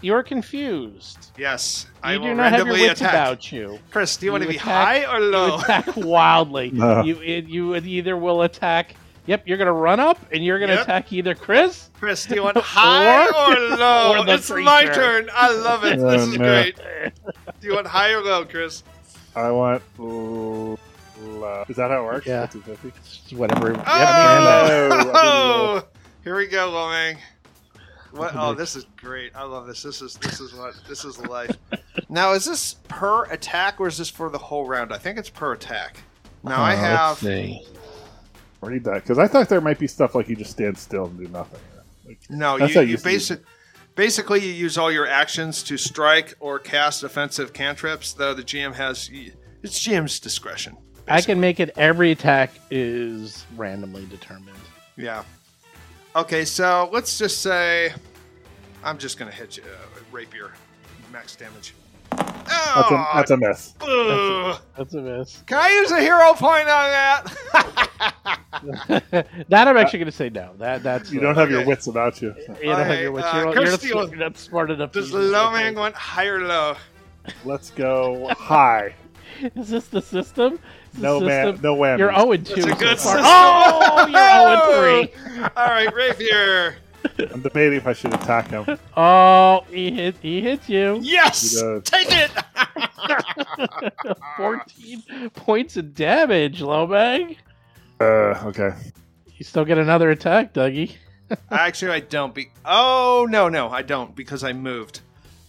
Speaker 2: You're confused.
Speaker 3: yes, I
Speaker 2: You
Speaker 3: will
Speaker 2: do not have your
Speaker 3: randomly
Speaker 2: wits
Speaker 3: attack. Oh.
Speaker 2: about you.
Speaker 3: Chris, do you,
Speaker 2: You
Speaker 3: want to be
Speaker 2: attack-
Speaker 3: high or
Speaker 2: You
Speaker 3: low?
Speaker 2: attack wildly.
Speaker 6: No.
Speaker 2: You it, you would either will attack. Yep, you're gonna run up and you're gonna
Speaker 3: Yep.
Speaker 2: attack either Chris.
Speaker 3: Chris, do you want high
Speaker 2: Or-
Speaker 3: or low?
Speaker 2: or the
Speaker 3: it's my
Speaker 2: creature.
Speaker 3: turn. I love it.
Speaker 6: Oh,
Speaker 3: this is
Speaker 6: no.
Speaker 3: great. Do you want high or low, Chris?
Speaker 6: I want. l- l- Is that how it works?
Speaker 2: Yeah.
Speaker 6: 50-50?
Speaker 2: Whatever. Yep, Brando.
Speaker 3: Oh,
Speaker 6: Brando.
Speaker 3: Oh! here we go, Lomang. What? Oh, this is great. I love this. This is this is what this is life. now, is this per attack or is this for the whole round? I think it's per attack. Now I
Speaker 2: Uh, Let's
Speaker 3: have
Speaker 2: see.
Speaker 6: Read that because I thought there might be stuff like you just stand still and do nothing. Like,
Speaker 3: no.
Speaker 6: That's
Speaker 3: you
Speaker 6: how
Speaker 3: you,
Speaker 6: you see it.
Speaker 3: basic. Basically, you use all your actions to strike or cast offensive cantrips. Though the GM has, it's GM's discretion.
Speaker 2: I can make it. Every attack is randomly determined.
Speaker 3: Yeah. Okay, so let's just say I'm just gonna hit you uh, rapier, max damage.
Speaker 6: that's, a,
Speaker 3: Oh,
Speaker 6: that's a miss.
Speaker 3: ugh.
Speaker 2: That's a miss.
Speaker 3: Can I use a hero point on that?
Speaker 2: that I'm actually gonna say no. That that's
Speaker 6: You don't have your
Speaker 3: Okay.
Speaker 6: wits about you.
Speaker 2: You don't have your
Speaker 3: Alright,
Speaker 2: wits.
Speaker 3: uh,
Speaker 2: You're, you're,
Speaker 3: Chris
Speaker 2: not,
Speaker 3: Steele.
Speaker 2: you're not smart enough. to
Speaker 3: Does
Speaker 2: use it.
Speaker 3: Lomang want high or low?
Speaker 6: Let's go high.
Speaker 2: Is this the system? Is
Speaker 6: No
Speaker 2: the
Speaker 6: man,
Speaker 2: system?
Speaker 6: no whammy.
Speaker 2: You're 0 and 2.
Speaker 3: It's a good
Speaker 2: so far. Oh,
Speaker 3: system.
Speaker 2: you're 0 and 3.
Speaker 3: All right, rapier.
Speaker 6: I'm debating if I should attack him.
Speaker 2: Oh, he hit he hits you.
Speaker 3: Yes,
Speaker 6: He does.
Speaker 3: take it.
Speaker 2: 14 points of damage, Lomang.
Speaker 6: Uh, okay.
Speaker 2: You still get another attack, Dougie.
Speaker 3: Actually, I don't. Be- oh no, no, I don't because I moved.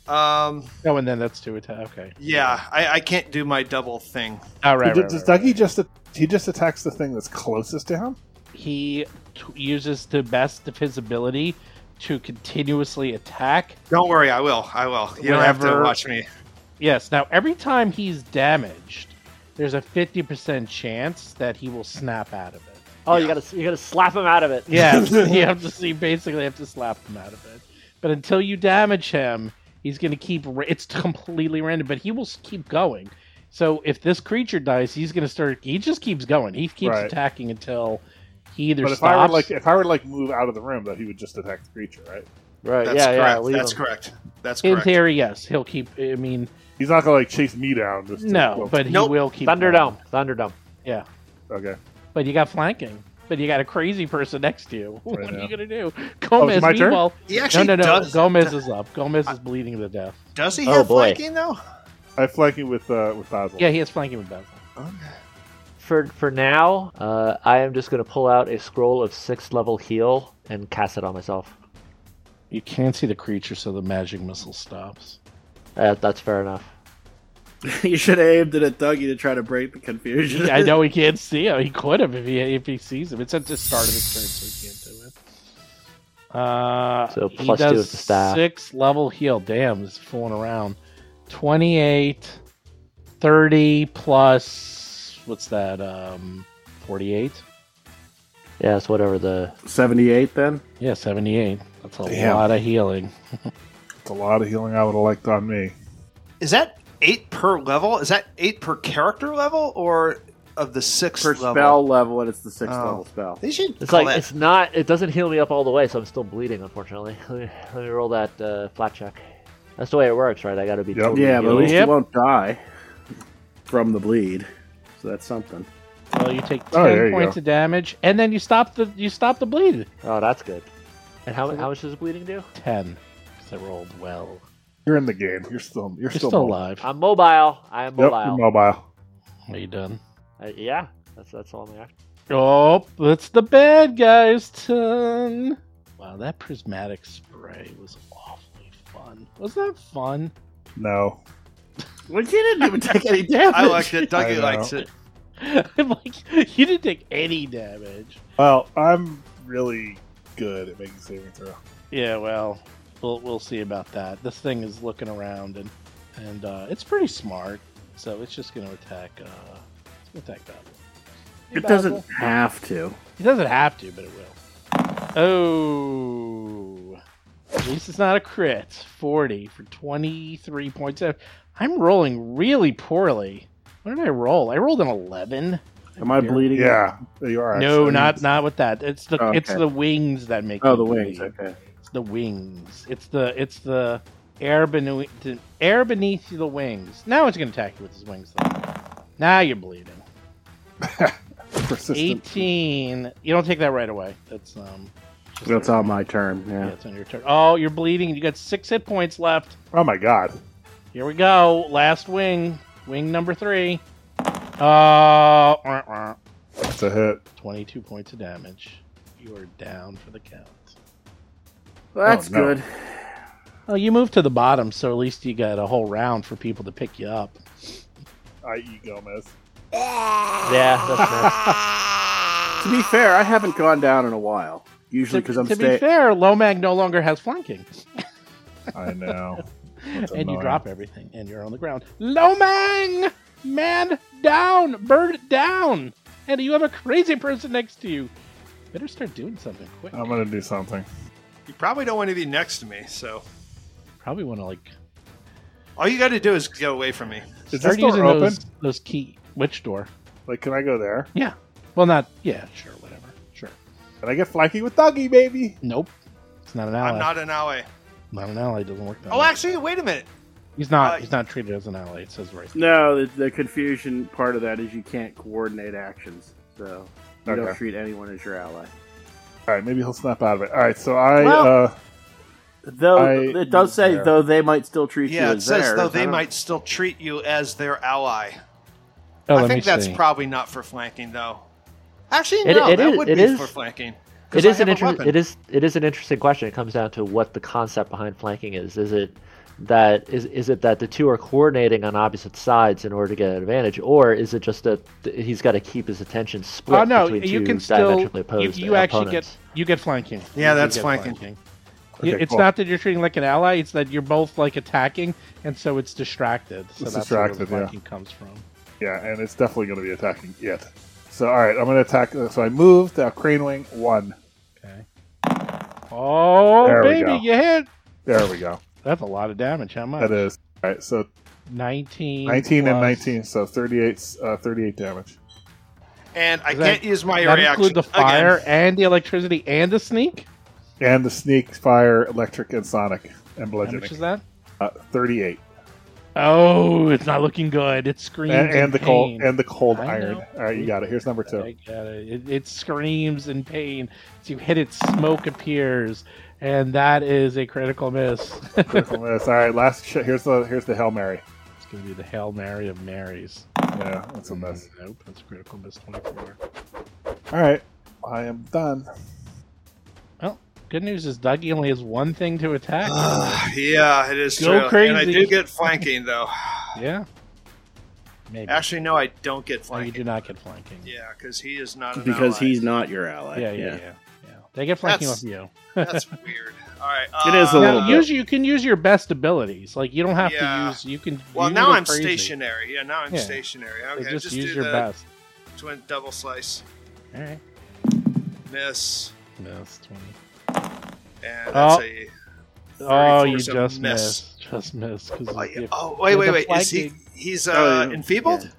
Speaker 3: Um,
Speaker 2: Oh, and then that's two attack. Okay.
Speaker 3: yeah, I, I can't do my double thing.
Speaker 2: All right.
Speaker 6: Did-
Speaker 2: right,
Speaker 6: does
Speaker 2: right,
Speaker 6: Dougie just he just attacks the thing that's closest to him?
Speaker 2: right. He t- uses the best of his ability to continuously attack.
Speaker 3: Don't worry, I will. I will. You don't have to
Speaker 2: Whenever-
Speaker 3: watch me.
Speaker 2: Yes. Now, every time he's damaged, there's a 50% chance that he will snap out of it.
Speaker 5: Oh, you gotta you gotta slap him out of it.
Speaker 2: Yeah, you have to see. Basically, have to slap him out of it. But until you damage him, he's going to keep. ra- It's completely random, but he will s- keep going. So if this creature dies, he's going to start. He just keeps going. He keeps
Speaker 6: Right.
Speaker 2: attacking until he either
Speaker 6: but if
Speaker 2: stops.
Speaker 6: I were like if I were like move out of the room, that he would just attack the creature, right?
Speaker 5: Right.
Speaker 3: That's
Speaker 5: yeah. Yeah.
Speaker 3: correct.
Speaker 5: leave
Speaker 3: That's
Speaker 5: him.
Speaker 3: correct. That's
Speaker 2: in
Speaker 3: correct.
Speaker 2: theory, yes, he'll keep. I mean,
Speaker 6: He's not gonna like chase me down. Just to-
Speaker 2: no, but he
Speaker 3: Nope.
Speaker 2: will keep.
Speaker 5: Thunderdome.
Speaker 2: going.
Speaker 5: Thunderdome.
Speaker 2: Yeah,
Speaker 6: okay.
Speaker 2: but you got flanking. But you got a crazy person next to you.
Speaker 6: Right
Speaker 2: what are
Speaker 6: now.
Speaker 2: you going to do? Gomez,
Speaker 6: my turn?
Speaker 2: meanwhile.
Speaker 3: He
Speaker 2: No,
Speaker 3: actually
Speaker 2: no, no.
Speaker 3: does.
Speaker 2: Gomez is up. Gomez is bleeding to death.
Speaker 3: Does he
Speaker 5: Oh,
Speaker 3: have
Speaker 5: boy.
Speaker 3: flanking though?
Speaker 6: I flank you with uh with Basil.
Speaker 2: Yeah, he has flanking with Bezel.
Speaker 5: For for now, uh, I am just gonna pull out a scroll of sixth level heal and cast it on myself.
Speaker 2: You can't see the creature, so the magic missile stops.
Speaker 5: Uh, that's fair enough.
Speaker 8: you should have aimed it at Dougie to try to break the confusion.
Speaker 2: I know he can't see him. He could have if he if he sees him. It's at the start of his turn, so he can't do it. Uh,
Speaker 5: So
Speaker 2: he
Speaker 5: plus two
Speaker 2: does
Speaker 5: with the staff.
Speaker 2: Six level heal. Damn, he's fooling around. 28, 30 plus what's that? Um, 48.
Speaker 5: Yeah. It's whatever the
Speaker 8: 78 then?
Speaker 2: Yeah, 78. That's a
Speaker 6: Damn.
Speaker 2: lot of healing.
Speaker 6: It's a lot of healing I would have liked on me.
Speaker 3: Is that eight per level? Is that eight per character level or of the sixth
Speaker 8: Per
Speaker 3: level?
Speaker 8: spell level, and it's the sixth
Speaker 3: Oh.
Speaker 8: level spell.
Speaker 3: They should
Speaker 5: It's
Speaker 3: call
Speaker 5: like it's
Speaker 3: that-
Speaker 5: not. It doesn't heal me up all the way, so I'm still bleeding. Unfortunately, let me, let me roll that uh, flat check. That's the way it works, right? I got to be
Speaker 6: Yep.
Speaker 5: totally
Speaker 8: Yeah, but at
Speaker 5: healed.
Speaker 8: least
Speaker 2: Yep.
Speaker 8: you won't die from the bleed. So that's something.
Speaker 2: Well, you take 10
Speaker 6: Oh, there you
Speaker 2: points
Speaker 6: go.
Speaker 2: of damage, and then you stop the you stop the bleed.
Speaker 5: Oh, that's good. And how, how much does bleeding do?
Speaker 2: 10. 'cause I rolled well.
Speaker 6: You're in the game. You're still you're,
Speaker 2: You're
Speaker 6: still,
Speaker 2: still,
Speaker 6: mobile.
Speaker 2: alive.
Speaker 5: I'm mobile. I am
Speaker 6: Yep,
Speaker 5: mobile.
Speaker 6: you're mobile.
Speaker 2: Are you done?
Speaker 5: Uh, yeah, that's that's all I'm after.
Speaker 2: Oh, that's the bad guy's turn. Wow, that prismatic spray was awfully fun. fun. Was that fun?
Speaker 6: No.
Speaker 4: Well, you didn't even take any damage.
Speaker 3: I liked it.
Speaker 6: I
Speaker 3: Dougie
Speaker 6: know.
Speaker 3: likes it.
Speaker 2: I'm like, you didn't take any damage.
Speaker 6: Well, I'm really good at making saving throw.
Speaker 2: Yeah, well, we'll we'll see about that. This thing is looking around and and uh, it's pretty smart, so it's just going to attack. Uh, it's going to attack Basil. Hey,
Speaker 4: It doesn't
Speaker 2: Basil.
Speaker 4: have to.
Speaker 2: It doesn't have to, but it will. Oh, at least it's not a crit. Forty for twenty-three points. I'm rolling really poorly. What did I roll? I rolled an eleven.
Speaker 4: Am I bleeding?
Speaker 6: Yeah, you are.
Speaker 2: No,
Speaker 6: actually.
Speaker 2: not not with that. It's the
Speaker 4: Oh, okay.
Speaker 2: it's the wings that make.
Speaker 4: Oh, the
Speaker 2: me
Speaker 4: wings.
Speaker 2: bleed.
Speaker 4: Okay.
Speaker 2: It's the wings. It's the it's the air beneath the air beneath the wings. Now it's gonna attack you with his wings. Though. Now you're bleeding.
Speaker 6: persistent.
Speaker 2: Eighteen. You don't take that right away. That's um. just-
Speaker 4: That's on my turn.
Speaker 2: Yeah,
Speaker 4: Yeah.
Speaker 2: it's on your turn. Oh, you're bleeding. You got six hit points left.
Speaker 6: Oh my god.
Speaker 2: Here we go. Last wing. Wing number three. Uh, wah, wah.
Speaker 6: It's a hit.
Speaker 2: 22 points of damage. You are down for the count.
Speaker 4: Well, that's
Speaker 6: Oh, no.
Speaker 4: good.
Speaker 2: Well, you moved to the bottom, so at least you got a whole round for people to pick you up.
Speaker 6: I.E. Gomez.
Speaker 5: Yeah, that's nice.
Speaker 4: To be fair, I haven't gone down in a while. Usually because I'm
Speaker 2: to be
Speaker 4: staying.
Speaker 2: fair, Lomag no longer has flanking.
Speaker 6: I know.
Speaker 2: and you
Speaker 6: annoying.
Speaker 2: drop everything, and you're on the ground. Lomang! Man down! Bird down! And you have a crazy person next to you. Better start doing something quick.
Speaker 6: I'm gonna do something.
Speaker 3: You probably don't want to be next to me, so
Speaker 2: Probably want to, like,
Speaker 3: all you got to do is get away from me.
Speaker 2: start
Speaker 6: Is this door
Speaker 2: using
Speaker 6: open?
Speaker 2: those, those key. Which door?
Speaker 6: Like, can I go there?
Speaker 2: Well, not. Yeah, sure, whatever. Sure.
Speaker 6: Can I get flanking with Dougie, baby?
Speaker 2: Nope. It's not an ally.
Speaker 3: I'm not an ally.
Speaker 2: Not an ally. Doesn't work. That
Speaker 3: Oh,
Speaker 2: way.
Speaker 3: actually, wait a minute.
Speaker 2: he's not.
Speaker 3: uh,
Speaker 2: he's not treated as an ally. It says right.
Speaker 4: No, the, the confusion part of that is you can't coordinate actions, so you don't
Speaker 6: Okay.
Speaker 4: treat anyone as your ally.
Speaker 6: All right, maybe he'll snap out of it. All right, so I.
Speaker 4: Well-
Speaker 6: uh
Speaker 4: Though
Speaker 6: I-
Speaker 4: it does say,
Speaker 6: there.
Speaker 4: though they might still treat you
Speaker 3: Yeah, it
Speaker 4: as
Speaker 3: says
Speaker 4: theirs.
Speaker 3: though
Speaker 4: I
Speaker 3: they
Speaker 4: don't-
Speaker 3: might still treat you as their ally.
Speaker 2: Oh,
Speaker 3: I
Speaker 2: let
Speaker 3: think
Speaker 2: me
Speaker 3: that's
Speaker 2: see.
Speaker 3: probably not for flanking though. Actually,
Speaker 5: It-
Speaker 3: no,
Speaker 5: it
Speaker 3: that
Speaker 5: is-
Speaker 3: would
Speaker 5: it
Speaker 3: be
Speaker 5: is-
Speaker 3: for flanking. 'cause
Speaker 5: It
Speaker 3: I
Speaker 5: is an
Speaker 3: have a
Speaker 5: inter-
Speaker 3: weapon.
Speaker 5: it is it is an interesting question. It comes down to what the concept behind flanking is. Is it that is is it that the two are coordinating on opposite sides in order to get an advantage, or is it just that th- he's got to keep his attention split
Speaker 2: Oh no,
Speaker 5: between
Speaker 2: you
Speaker 5: two
Speaker 2: can still.
Speaker 5: diametrically
Speaker 2: You,
Speaker 5: opposed
Speaker 2: you actually get.
Speaker 5: opponents?
Speaker 2: You get flanking.
Speaker 3: Yeah,
Speaker 2: You
Speaker 3: that's
Speaker 2: get
Speaker 3: flanking.
Speaker 2: You-
Speaker 6: Okay,
Speaker 2: it's
Speaker 6: cool.
Speaker 2: not that you're treating like an ally. It's that you're both like attacking, and so it's distracted. So
Speaker 6: It's
Speaker 2: that's where the
Speaker 6: distracted, yeah.
Speaker 2: flanking comes from.
Speaker 6: Yeah, and it's definitely going to be attacking it. So, all right, I'm going to attack. So I moved. Uh, crane wing one.
Speaker 2: Okay. Oh
Speaker 6: There we
Speaker 2: baby,
Speaker 6: go.
Speaker 2: you hit.
Speaker 6: There we go.
Speaker 2: That's a lot of damage. How much?
Speaker 6: That is all right. So
Speaker 2: Nineteen.
Speaker 6: 19 and
Speaker 2: plus-
Speaker 6: 19, so 38, uh, 38 damage.
Speaker 3: and I
Speaker 2: Does that-
Speaker 3: can't use my
Speaker 2: That
Speaker 3: reaction.
Speaker 2: include the fire
Speaker 3: Again.
Speaker 2: and the electricity and the sneak.
Speaker 6: And the sneak, fire, electric, and sonic, and
Speaker 2: How much
Speaker 6: bludgeoning.
Speaker 2: is that?
Speaker 6: Uh, 38.
Speaker 2: Oh, it's not looking good. It screams
Speaker 6: And, and the cold
Speaker 2: And
Speaker 6: and the cold
Speaker 2: I
Speaker 6: iron.
Speaker 2: know.
Speaker 6: All right, you got it. Here's number two.
Speaker 2: I got it. It, it screams in pain. As you hit it, smoke appears, and that is a critical miss. it's
Speaker 6: Critical miss. All right, last shot. Here's the here's the hail mary.
Speaker 2: gonna be the hail mary of marys. Mm,
Speaker 6: Yeah, that's a miss.
Speaker 2: Nope, that's a critical miss. Twenty-four.
Speaker 6: All right, I am done.
Speaker 2: Good news is Dougie only has one thing to attack.
Speaker 6: Ah.
Speaker 3: Ugh, yeah, it is
Speaker 2: Go
Speaker 3: true. And I
Speaker 2: crazy.
Speaker 3: do get flanking though.
Speaker 2: yeah. Maybe.
Speaker 3: Actually, no, I don't get
Speaker 2: no, you
Speaker 3: flanking.
Speaker 2: do not get flanking.
Speaker 3: Yeah, because he is not an
Speaker 4: because
Speaker 3: ally.
Speaker 4: he's not your ally.
Speaker 2: yeah, yeah, yeah. yeah. They get flanking
Speaker 3: That's-
Speaker 2: off you.
Speaker 3: That's weird. All right,
Speaker 4: It is a
Speaker 3: uh,
Speaker 4: little
Speaker 2: Now,
Speaker 4: bit.
Speaker 2: usually you can use your best abilities. Like you don't have to
Speaker 3: Yeah.
Speaker 2: use. You can.
Speaker 3: Well,
Speaker 2: you
Speaker 3: now
Speaker 2: go
Speaker 3: I'm
Speaker 2: crazy.
Speaker 3: stationary. Yeah, now I'm
Speaker 2: Yeah.
Speaker 3: stationary.
Speaker 2: So
Speaker 3: Okay,
Speaker 2: just,
Speaker 3: just,
Speaker 2: use
Speaker 3: do
Speaker 2: your
Speaker 3: the
Speaker 2: best.
Speaker 3: twin double slice
Speaker 2: All right.
Speaker 3: miss,
Speaker 2: Miss twenty.
Speaker 3: and
Speaker 2: Oh.
Speaker 3: that's a.
Speaker 2: Oh, you
Speaker 3: 34's a
Speaker 2: just
Speaker 3: miss.
Speaker 2: missed. Just missed. 'cause
Speaker 3: Oh, yeah.
Speaker 2: if-
Speaker 3: Oh, wait,
Speaker 2: with
Speaker 3: wait,
Speaker 2: the
Speaker 3: wait. Is he?
Speaker 2: flanking-
Speaker 3: He's
Speaker 4: Oh,
Speaker 3: uh,
Speaker 4: yeah.
Speaker 3: enfeebled.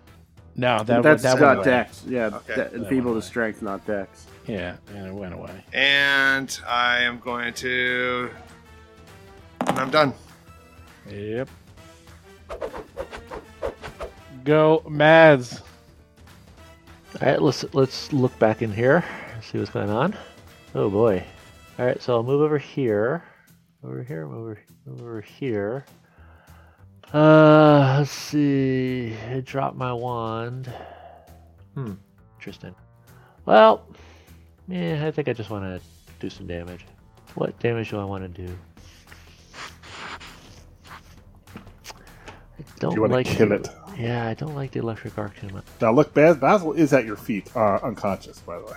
Speaker 2: No, that
Speaker 4: That's
Speaker 2: that
Speaker 4: got
Speaker 2: went away.
Speaker 4: dex. Yeah,
Speaker 3: Okay.
Speaker 4: de- and
Speaker 2: That
Speaker 4: people
Speaker 2: one.
Speaker 4: to strength, not dex.
Speaker 2: Yeah, and it went away.
Speaker 3: And I am going to. And I'm done.
Speaker 2: Yep. Go, Maz.
Speaker 5: All right, let's let's look back in here, see what's going on. Oh boy! All right, so I'll move over here, over here, over over here. Uh, let's see. I dropped my wand. Hmm, interesting. Well, yeah, I think I just want to do some damage. What damage do I want to do? don't
Speaker 6: You want
Speaker 5: like
Speaker 6: to kill it.
Speaker 5: Yeah, I don't like the electric arc too much.
Speaker 6: Now look, Baz- Basil is at your feet, uh, unconscious, by the way,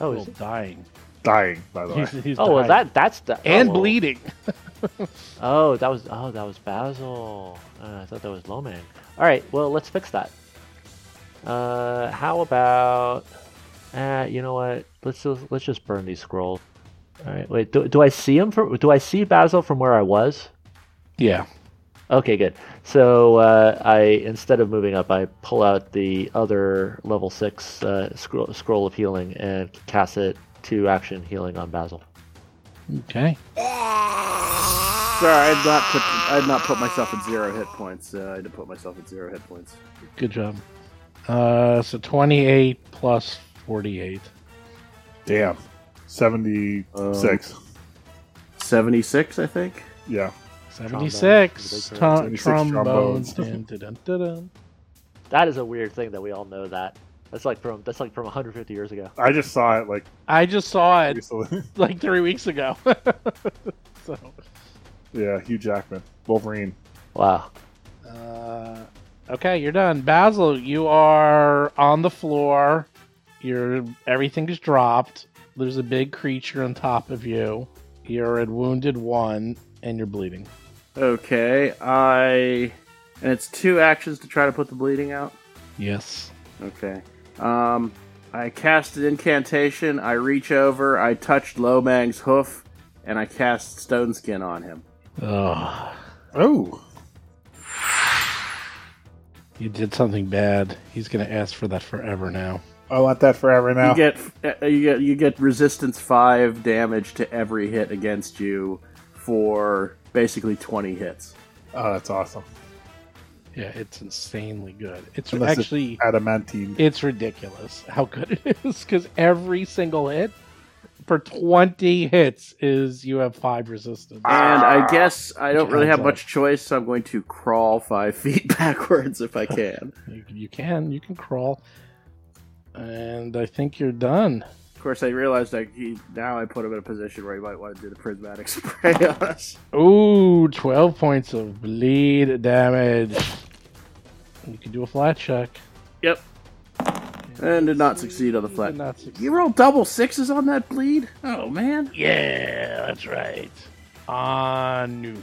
Speaker 5: Oh,
Speaker 2: Well,
Speaker 5: is it?
Speaker 2: dying.
Speaker 6: dying. By the way,
Speaker 2: He's, he's
Speaker 5: oh well,
Speaker 2: dying.
Speaker 5: that that's the
Speaker 2: and
Speaker 5: oh, well.
Speaker 2: bleeding.
Speaker 5: Oh, that was oh that was Basil. Uh, I thought that was Loman. All right, well let's fix that. Uh, how about? Uh, you know what? Let's just let's just burn these scrolls. All right, wait. Do, do I see him from? Do I see Basil from where I was?
Speaker 2: Yeah.
Speaker 5: Okay, good. So uh, I instead of moving up, I pull out the other level six uh, scroll, scroll of healing and cast it to action healing on Basil.
Speaker 2: Okay.
Speaker 4: Sorry, I'd not put I'd not put myself at zero hit points. So I had to put myself at zero hit points.
Speaker 2: Good job. Uh, so 28 plus 48.
Speaker 6: damn, seventy-six.
Speaker 4: Seventy six, I think.
Speaker 6: yeah,
Speaker 2: 76. Tom-
Speaker 6: 76
Speaker 2: trombones.
Speaker 6: trombones.
Speaker 2: Dun, dun, dun, dun, dun.
Speaker 5: That is a weird thing that we all know that. That's like from that's like from 150 years ago.
Speaker 6: I just saw it like
Speaker 2: I just saw it
Speaker 6: recently.
Speaker 2: like three weeks ago. so,
Speaker 6: yeah, Hugh Jackman, Wolverine.
Speaker 5: Wow.
Speaker 2: uh, okay, you're done. Basil, you are on the floor. Your everything is dropped. There's a big creature on top of you. You're at wounded one, and you're bleeding.
Speaker 4: Okay, I and it's two actions to try to put the bleeding out.
Speaker 2: Yes.
Speaker 4: Okay. Um, I cast an incantation. I reach over. I touch Lomang's hoof, and I cast Stone Skin on him.
Speaker 2: Oh,
Speaker 6: Oh,
Speaker 2: you did something bad. He's gonna ask for that forever now.
Speaker 6: I want that forever now.
Speaker 4: You get uh, you get you get resistance five damage to every hit against you for basically twenty hits.
Speaker 6: oh, that's awesome.
Speaker 2: Yeah, it's insanely good. It's
Speaker 6: Unless it-
Speaker 2: actually
Speaker 6: Adamantine.
Speaker 2: it's ridiculous how good it is because every single hit for 20 hits is you have five resistance.
Speaker 4: And
Speaker 3: Ah,
Speaker 4: I guess I don't
Speaker 2: Which
Speaker 4: really
Speaker 2: adds
Speaker 4: have much choice, so I'm going to crawl five feet backwards if I can.
Speaker 2: You, you can, you can crawl. And I think you're done.
Speaker 4: Of course, I realized I he, now I put him in a position where he might want to do the prismatic spray on us.
Speaker 2: Ooh, 12 points of bleed damage. You can do a flat check.
Speaker 4: Yep. And did not succeed on the flat.
Speaker 2: Did not succeed.
Speaker 4: You rolled double sixes on that bleed? Oh man.
Speaker 2: Yeah, that's right. Anuk.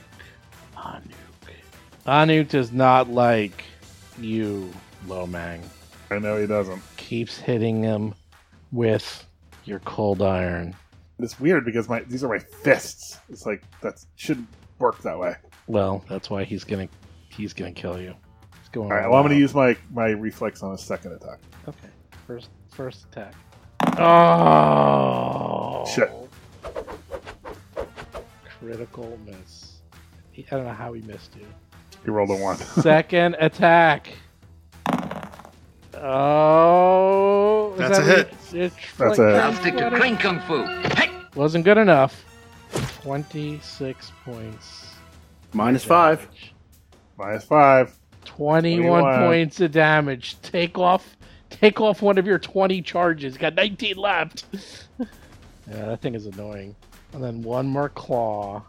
Speaker 2: Anuk. Anuk does not like you, Lomang.
Speaker 6: I know he doesn't.
Speaker 2: Keeps hitting him with your cold iron.
Speaker 6: It's weird because my these are my fists. It's like that shouldn't work that way.
Speaker 2: Well, that's why he's gonna he's gonna kill you. He's going
Speaker 6: All right, well, I'm going to
Speaker 2: wild.
Speaker 6: use my my reflex on a second attack.
Speaker 2: Okay. First first attack. Oh
Speaker 6: Shit.
Speaker 2: Critical miss. He- I don't know how he missed you.
Speaker 6: He rolled a one.
Speaker 2: Second attack. Oh, is
Speaker 3: That's a
Speaker 2: that
Speaker 3: hit.
Speaker 2: re- It's like-
Speaker 6: That's a hit.
Speaker 7: I'll stick to crane kung fu. Hey!
Speaker 2: Wasn't good enough. Twenty-six points.
Speaker 4: Minus five.
Speaker 2: Damage.
Speaker 6: Minus five.
Speaker 2: Twenty-one
Speaker 6: 21.
Speaker 2: points of damage. Take off, take off one of your twenty charges. Got nineteen left. yeah, that thing is annoying. And then one more claw.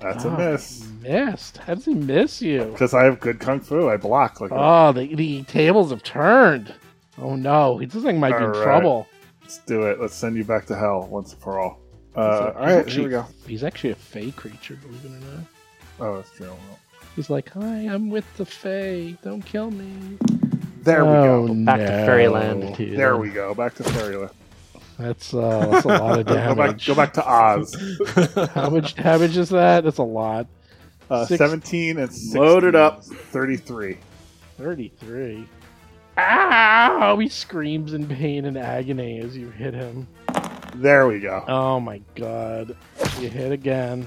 Speaker 6: That's a
Speaker 2: Ah,
Speaker 6: miss.
Speaker 2: Missed. How does he miss you?
Speaker 6: Because I have good kung fu. I block. Like
Speaker 2: Oh, the, the tables have turned. Oh no, this thing might be in
Speaker 6: All right.
Speaker 2: trouble.
Speaker 6: let's do it. Let's send you back to hell once and for all. Uh,
Speaker 2: He's a-
Speaker 6: all
Speaker 2: he's
Speaker 6: right, here
Speaker 2: actually-
Speaker 6: we go.
Speaker 2: He's actually a fey creature, believe it or not.
Speaker 6: Oh, that's true.
Speaker 2: He's like, "Hi, I'm with the fey. Don't kill me."
Speaker 6: There we
Speaker 2: oh,
Speaker 6: go.
Speaker 5: Back to
Speaker 2: no.
Speaker 5: fairyland. To
Speaker 6: There we go. Back to fairyland.
Speaker 2: That's uh, that's a lot of
Speaker 6: Go back.
Speaker 2: damage.
Speaker 6: Go back to Oz.
Speaker 2: How much damage is that? That's a lot.
Speaker 6: Uh,
Speaker 2: Six-
Speaker 6: Seventeen and 16,
Speaker 4: Loaded up.
Speaker 6: Thirty-three.
Speaker 2: Thirty-three. Ow! He screams in pain and agony as you hit him.
Speaker 6: There we go.
Speaker 2: Oh my god! You hit again.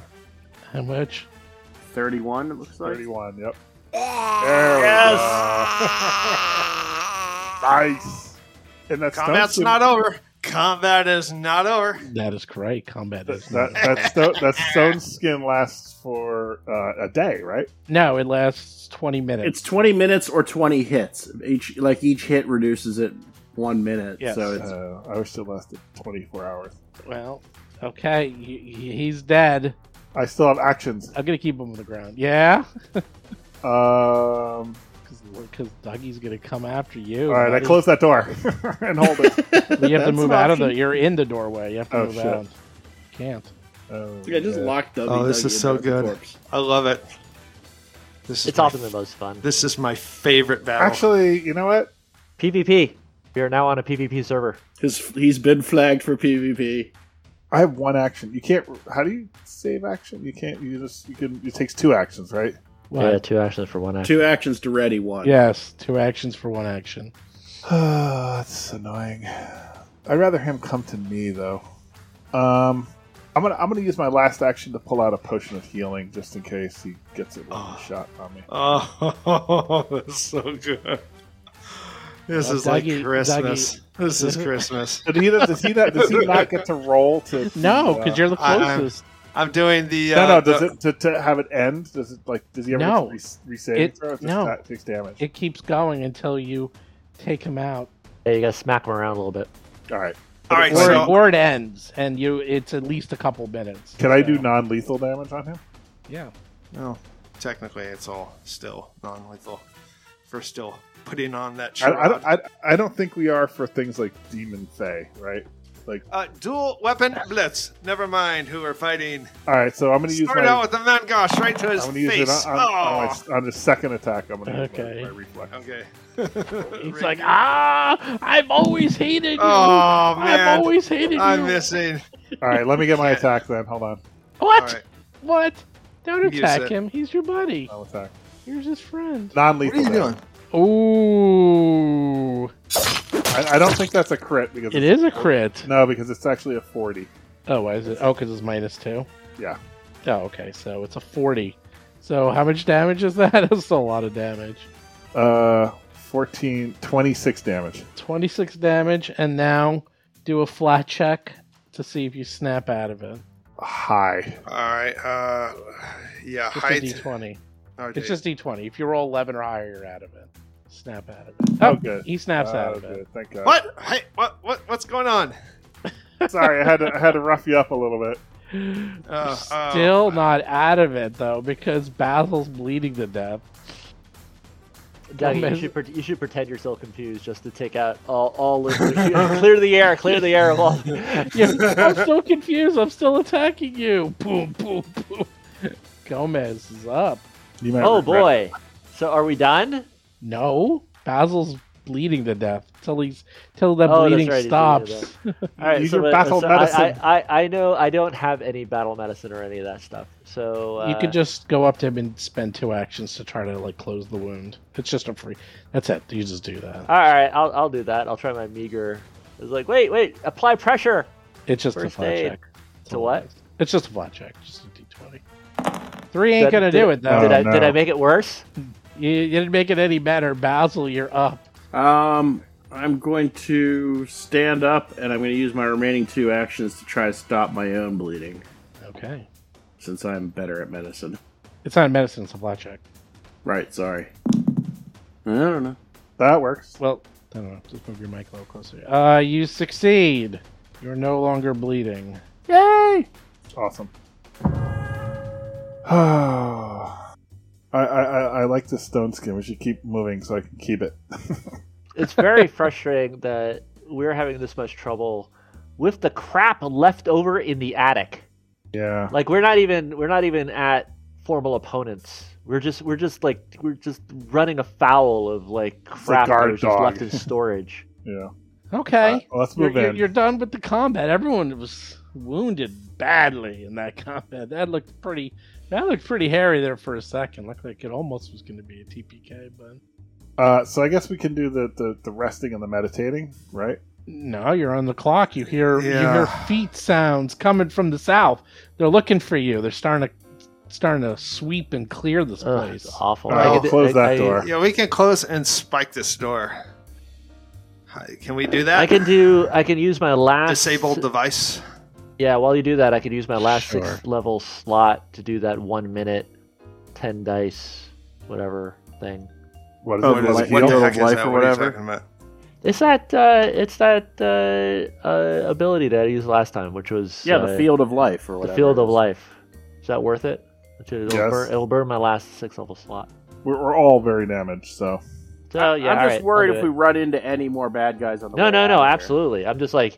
Speaker 2: How much?
Speaker 4: Thirty-one. It looks like.
Speaker 6: Thirty-one. Yep. There we go. Nice. And that's
Speaker 3: Combat's not over. Combat is not over.
Speaker 2: That is correct. Combat
Speaker 6: That
Speaker 2: is
Speaker 6: that, that, stone, that stone skin lasts for uh, a day, right?
Speaker 2: no. It lasts twenty minutes.
Speaker 4: It's twenty minutes or twenty hits. Each like each hit reduces it one minute.
Speaker 2: Yes.
Speaker 4: So it's
Speaker 6: Uh, I wish it lasted 24 hours.
Speaker 2: Well, okay, he- he's dead.
Speaker 6: I still have actions.
Speaker 2: I'm gonna keep him on the ground. Yeah,
Speaker 6: Um,
Speaker 2: Because Dougie's gonna come after you.
Speaker 6: all right, I
Speaker 2: buddy.
Speaker 6: close that door and hold it.
Speaker 2: You have to
Speaker 6: That's
Speaker 2: move
Speaker 6: an
Speaker 2: out of the.
Speaker 6: option.
Speaker 2: You're in the doorway. You have to
Speaker 6: Oh,
Speaker 2: move
Speaker 6: shit.
Speaker 2: out. Can't.
Speaker 6: Oh,
Speaker 8: Yeah, just
Speaker 6: yeah.
Speaker 8: lock Dubby.
Speaker 4: E
Speaker 3: Oh, this
Speaker 8: Dougie
Speaker 3: is
Speaker 8: in
Speaker 3: so
Speaker 8: there with the
Speaker 3: good.
Speaker 8: corpse.
Speaker 3: I love it. This is
Speaker 5: It's
Speaker 3: my,
Speaker 5: often the most fun.
Speaker 3: This is my favorite battle.
Speaker 6: Actually, you know what?
Speaker 5: PvP. We are now on a PvP server.
Speaker 8: His, he's been flagged for PvP.
Speaker 6: I have one action. You can't. How do you save action? You can't. You just. You can. It takes two actions, right?
Speaker 5: Yeah, two actions for one action.
Speaker 8: Two actions to ready one.
Speaker 2: Yes, two actions for one action.
Speaker 6: That's annoying. I'd rather him come to me though. Um, I'm gonna. I'm gonna use my last action to pull out a potion of healing just in case he gets it with a shot on me.
Speaker 4: Uh,
Speaker 3: oh, that's so good. This
Speaker 2: Well,
Speaker 3: is like
Speaker 2: Dougie-
Speaker 3: Christmas. This is Christmas.
Speaker 6: But he does, does he not? Does he not get to roll to?
Speaker 2: No,
Speaker 6: to, uh,
Speaker 2: because you're the
Speaker 3: I- I'm-
Speaker 2: closest.
Speaker 3: I'm doing the.
Speaker 6: No,
Speaker 3: uh,
Speaker 6: no. Does
Speaker 3: the-
Speaker 6: it to, to have it end? Does it like? Does he ever
Speaker 2: No.
Speaker 6: re- resave
Speaker 2: It-
Speaker 6: it? Or just
Speaker 2: no.
Speaker 6: that takes damage.
Speaker 2: it keeps going until you take him out,
Speaker 5: Yeah, you gotta smack them around a little bit.
Speaker 6: All right.
Speaker 3: All right,
Speaker 2: or,
Speaker 3: so
Speaker 2: or it ends, and you. It's at least a couple minutes.
Speaker 6: Can I do
Speaker 2: So,
Speaker 6: non-lethal damage on him?
Speaker 2: Yeah.
Speaker 3: no, technically, it's all still non-lethal. For still putting on that.
Speaker 6: I, I,
Speaker 3: charade.
Speaker 6: don't- I, I don't think we are for things like Demon Fey, right?
Speaker 3: Uh, dual weapon blitz. Never mind who we're fighting.
Speaker 6: All right, so I'm going to use
Speaker 3: Start
Speaker 6: my.
Speaker 3: out with the Mangosh right to his
Speaker 6: I'm going to use
Speaker 3: face.
Speaker 6: it on, on, on,
Speaker 3: oh.
Speaker 6: my, on the second attack. I'm going to
Speaker 2: Okay.
Speaker 6: use my, my reflex.
Speaker 3: Okay.
Speaker 2: He's like, ah, I've always hated you.
Speaker 3: Oh
Speaker 2: I've
Speaker 3: man,
Speaker 2: always hated
Speaker 3: I'm
Speaker 2: you.
Speaker 3: missing.
Speaker 6: All right, let me get my
Speaker 3: Shit.
Speaker 6: attack then. Hold on,
Speaker 2: What?
Speaker 3: All right.
Speaker 2: What? Don't
Speaker 3: Use
Speaker 2: attack
Speaker 3: it.
Speaker 2: him. He's your buddy.
Speaker 6: I'll attack.
Speaker 2: Here's his friend.
Speaker 6: Non-lethal. damage.
Speaker 2: Ooh.
Speaker 6: I, I don't think that's a crit because
Speaker 2: It
Speaker 6: it's-
Speaker 2: is a crit.
Speaker 6: No, because it's actually a forty.
Speaker 2: Oh, why is it? Oh, because it's minus two?
Speaker 6: Yeah.
Speaker 2: Oh, okay. So it's a 40. So how much damage is that? That's a lot of damage.
Speaker 6: Uh, 14, 26 damage.
Speaker 2: 26 damage, and now do a flat check to see if you snap out of it.
Speaker 6: High.
Speaker 3: All right. Uh, yeah.
Speaker 2: Just a
Speaker 3: height.
Speaker 2: d20.
Speaker 3: Oh,
Speaker 2: It's
Speaker 3: geez.
Speaker 2: just d20. If you roll 11 or higher, you're out of it. Snap out of it.
Speaker 6: Oh,
Speaker 2: Oh,
Speaker 6: good.
Speaker 2: he snaps out
Speaker 6: Oh,
Speaker 2: of it.
Speaker 6: good. Thank God.
Speaker 3: Uh, what? Hey, what? What? What's going on?
Speaker 6: Sorry, I had to I had to rough you up a little bit.
Speaker 3: Uh, uh,
Speaker 2: Still not out of it, though, because Basil's bleeding to death.
Speaker 5: Dougie, you
Speaker 2: miss-
Speaker 5: should, pre- you should pretend you're still confused just to take out all, all of the, clear the air, clear the air of all.
Speaker 2: Yeah, I'm so confused. I'm still attacking you. Boom, boom, boom. Gomez is up.
Speaker 6: You might
Speaker 5: oh
Speaker 6: regret-
Speaker 5: boy! So are we done?
Speaker 2: No, Basil's bleeding to death till he's till that
Speaker 5: Oh, that's
Speaker 2: bleeding
Speaker 5: right, he's bleeding to
Speaker 2: stops.
Speaker 5: All right,
Speaker 6: Use
Speaker 5: so,
Speaker 6: your
Speaker 5: uh,
Speaker 6: battle
Speaker 5: so
Speaker 6: medicine.
Speaker 5: I, I, I, I know I don't have any battle medicine or any of that stuff. So uh,
Speaker 2: you could just go up to him and spend two actions to try to like close the wound. It's just a free. That's it. You just do that.
Speaker 5: All right, I'll, I'll do that. I'll try my meager. It's like, wait, wait, apply pressure.
Speaker 2: It's just a
Speaker 5: First
Speaker 2: flat
Speaker 5: aid.
Speaker 2: check.
Speaker 5: To what?
Speaker 2: It's just a flat check. Just a d twenty. Three ain't
Speaker 5: Did-
Speaker 2: gonna
Speaker 5: did-
Speaker 2: do it though.
Speaker 5: Did
Speaker 6: Oh,
Speaker 5: I
Speaker 6: no.
Speaker 5: did I make it worse?
Speaker 2: You, you didn't make it any better, Basil. You're up.
Speaker 8: Um, I'm going to stand up, and I'm going to use my remaining two actions to try to stop my own bleeding,
Speaker 2: Okay.
Speaker 8: since I'm better at medicine.
Speaker 2: It's not medicine. It's a flat check.
Speaker 8: Right? Sorry. I don't know.
Speaker 6: That works.
Speaker 2: Well, I don't know. Just move your mic a little closer. Uh, you succeed. You're no longer bleeding. Yay!
Speaker 6: Awesome. I, I, I, I like this stone skin. We should keep moving so I can keep it.
Speaker 5: It's very frustrating that we're having this much trouble with the crap left over in the attic.
Speaker 6: yeah.
Speaker 5: Like we're not even we're not even at formal opponents. We're just we're just like we're just running afoul of like crap that
Speaker 6: guard
Speaker 5: was
Speaker 6: dog.
Speaker 5: just left in storage.
Speaker 6: Yeah.
Speaker 2: Okay.
Speaker 6: Uh, let's
Speaker 2: you're,
Speaker 6: move
Speaker 2: you're,
Speaker 6: in.
Speaker 2: you're done with the combat. Everyone was wounded badly in that combat. That looked pretty. That looked pretty hairy there for a second. Looked like it almost was going to be a TPK, but
Speaker 6: Uh, so I guess we can do the, the, the resting and the meditating, right?
Speaker 2: no, you're on the clock. You hear you
Speaker 3: Yeah.
Speaker 2: hear feet sounds coming from the south. They're looking for you. They're starting to starting to sweep and clear this
Speaker 5: Ugh,
Speaker 2: place.
Speaker 5: it's awful.
Speaker 6: Oh,
Speaker 5: I get-
Speaker 6: close
Speaker 5: I-
Speaker 6: that
Speaker 5: I-
Speaker 6: door.
Speaker 3: Yeah, we can close and spike this door. Hi, Can we do that?
Speaker 5: I can do. I can use my last
Speaker 3: disable device.
Speaker 5: Yeah, while you do that, I could use my last
Speaker 2: Sure.
Speaker 5: six level slot to do that one minute, ten dice, whatever thing.
Speaker 6: What is
Speaker 8: Oh,
Speaker 6: it?
Speaker 8: what is
Speaker 6: Like
Speaker 8: it?
Speaker 6: heal?
Speaker 8: What the-
Speaker 3: is
Speaker 8: life
Speaker 3: that?
Speaker 8: or
Speaker 3: What are you
Speaker 8: whatever?
Speaker 3: talking about?
Speaker 5: It's that. Uh, it's that uh, uh, ability that I used last time, which was
Speaker 8: Yeah,
Speaker 5: uh,
Speaker 8: the field of life or
Speaker 5: the
Speaker 8: whatever.
Speaker 5: field
Speaker 8: it
Speaker 5: of
Speaker 8: is.
Speaker 5: life. Is that worth it? It'll,
Speaker 6: Yes.
Speaker 5: burn, it'll burn my last six level slot.
Speaker 6: We're, we're all very damaged, so
Speaker 5: So yeah,
Speaker 4: I'm
Speaker 5: all
Speaker 4: just
Speaker 5: right, I'll
Speaker 4: worried
Speaker 5: do
Speaker 4: if
Speaker 5: it.
Speaker 4: we run into any more bad guys on the
Speaker 5: No,
Speaker 4: way
Speaker 5: no,
Speaker 4: out
Speaker 5: no,
Speaker 4: here.
Speaker 5: absolutely. I'm just like,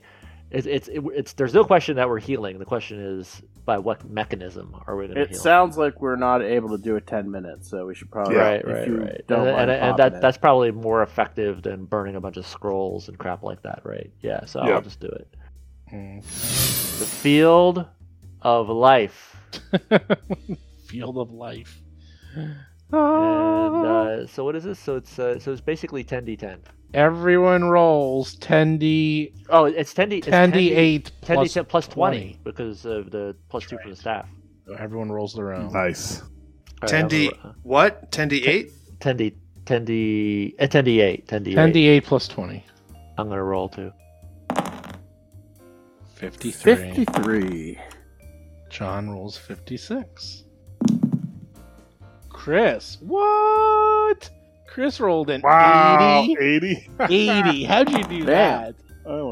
Speaker 5: it's it's it, it's. There's no question that we're healing. The question is by what mechanism are we going to
Speaker 4: It
Speaker 5: heal?
Speaker 4: sounds like we're not able to do a 10 minutes, so we should probably.
Speaker 5: right,
Speaker 4: if
Speaker 5: right,
Speaker 4: you
Speaker 5: right.
Speaker 4: Don't
Speaker 5: And,
Speaker 4: mind
Speaker 5: and, and
Speaker 4: popping
Speaker 5: that
Speaker 4: it.
Speaker 5: that's probably more effective than burning a bunch of scrolls and crap like that, right? Yeah. So
Speaker 6: Yeah.
Speaker 5: I'll just do it.
Speaker 2: Hmm,
Speaker 5: The field of life.
Speaker 2: Field of life.
Speaker 5: uh,
Speaker 2: Ah.
Speaker 5: And uh, so what is this? So it's uh, so it's basically 10d10.
Speaker 2: Everyone rolls 10d,
Speaker 5: Oh, it's 10d. It's
Speaker 2: 10d8
Speaker 5: 10d10
Speaker 2: plus,
Speaker 5: plus 20, because of the plus two from the staff.
Speaker 2: Everyone rolls their own.
Speaker 6: nice.
Speaker 5: All right,
Speaker 3: 10D.
Speaker 5: I'm- uh,
Speaker 3: What? 10d8?
Speaker 5: 10d. 10d. Uh, 10d8. 10d8.
Speaker 2: 10d8 plus 20.
Speaker 5: I'm gonna roll too.
Speaker 2: 53.
Speaker 4: 53.
Speaker 2: John rolls 56. Chris, what? Chris rolled an
Speaker 6: Wow,
Speaker 2: 80.
Speaker 6: 80?
Speaker 2: 80. How'd you do
Speaker 4: Damn.
Speaker 2: that?
Speaker 6: Oh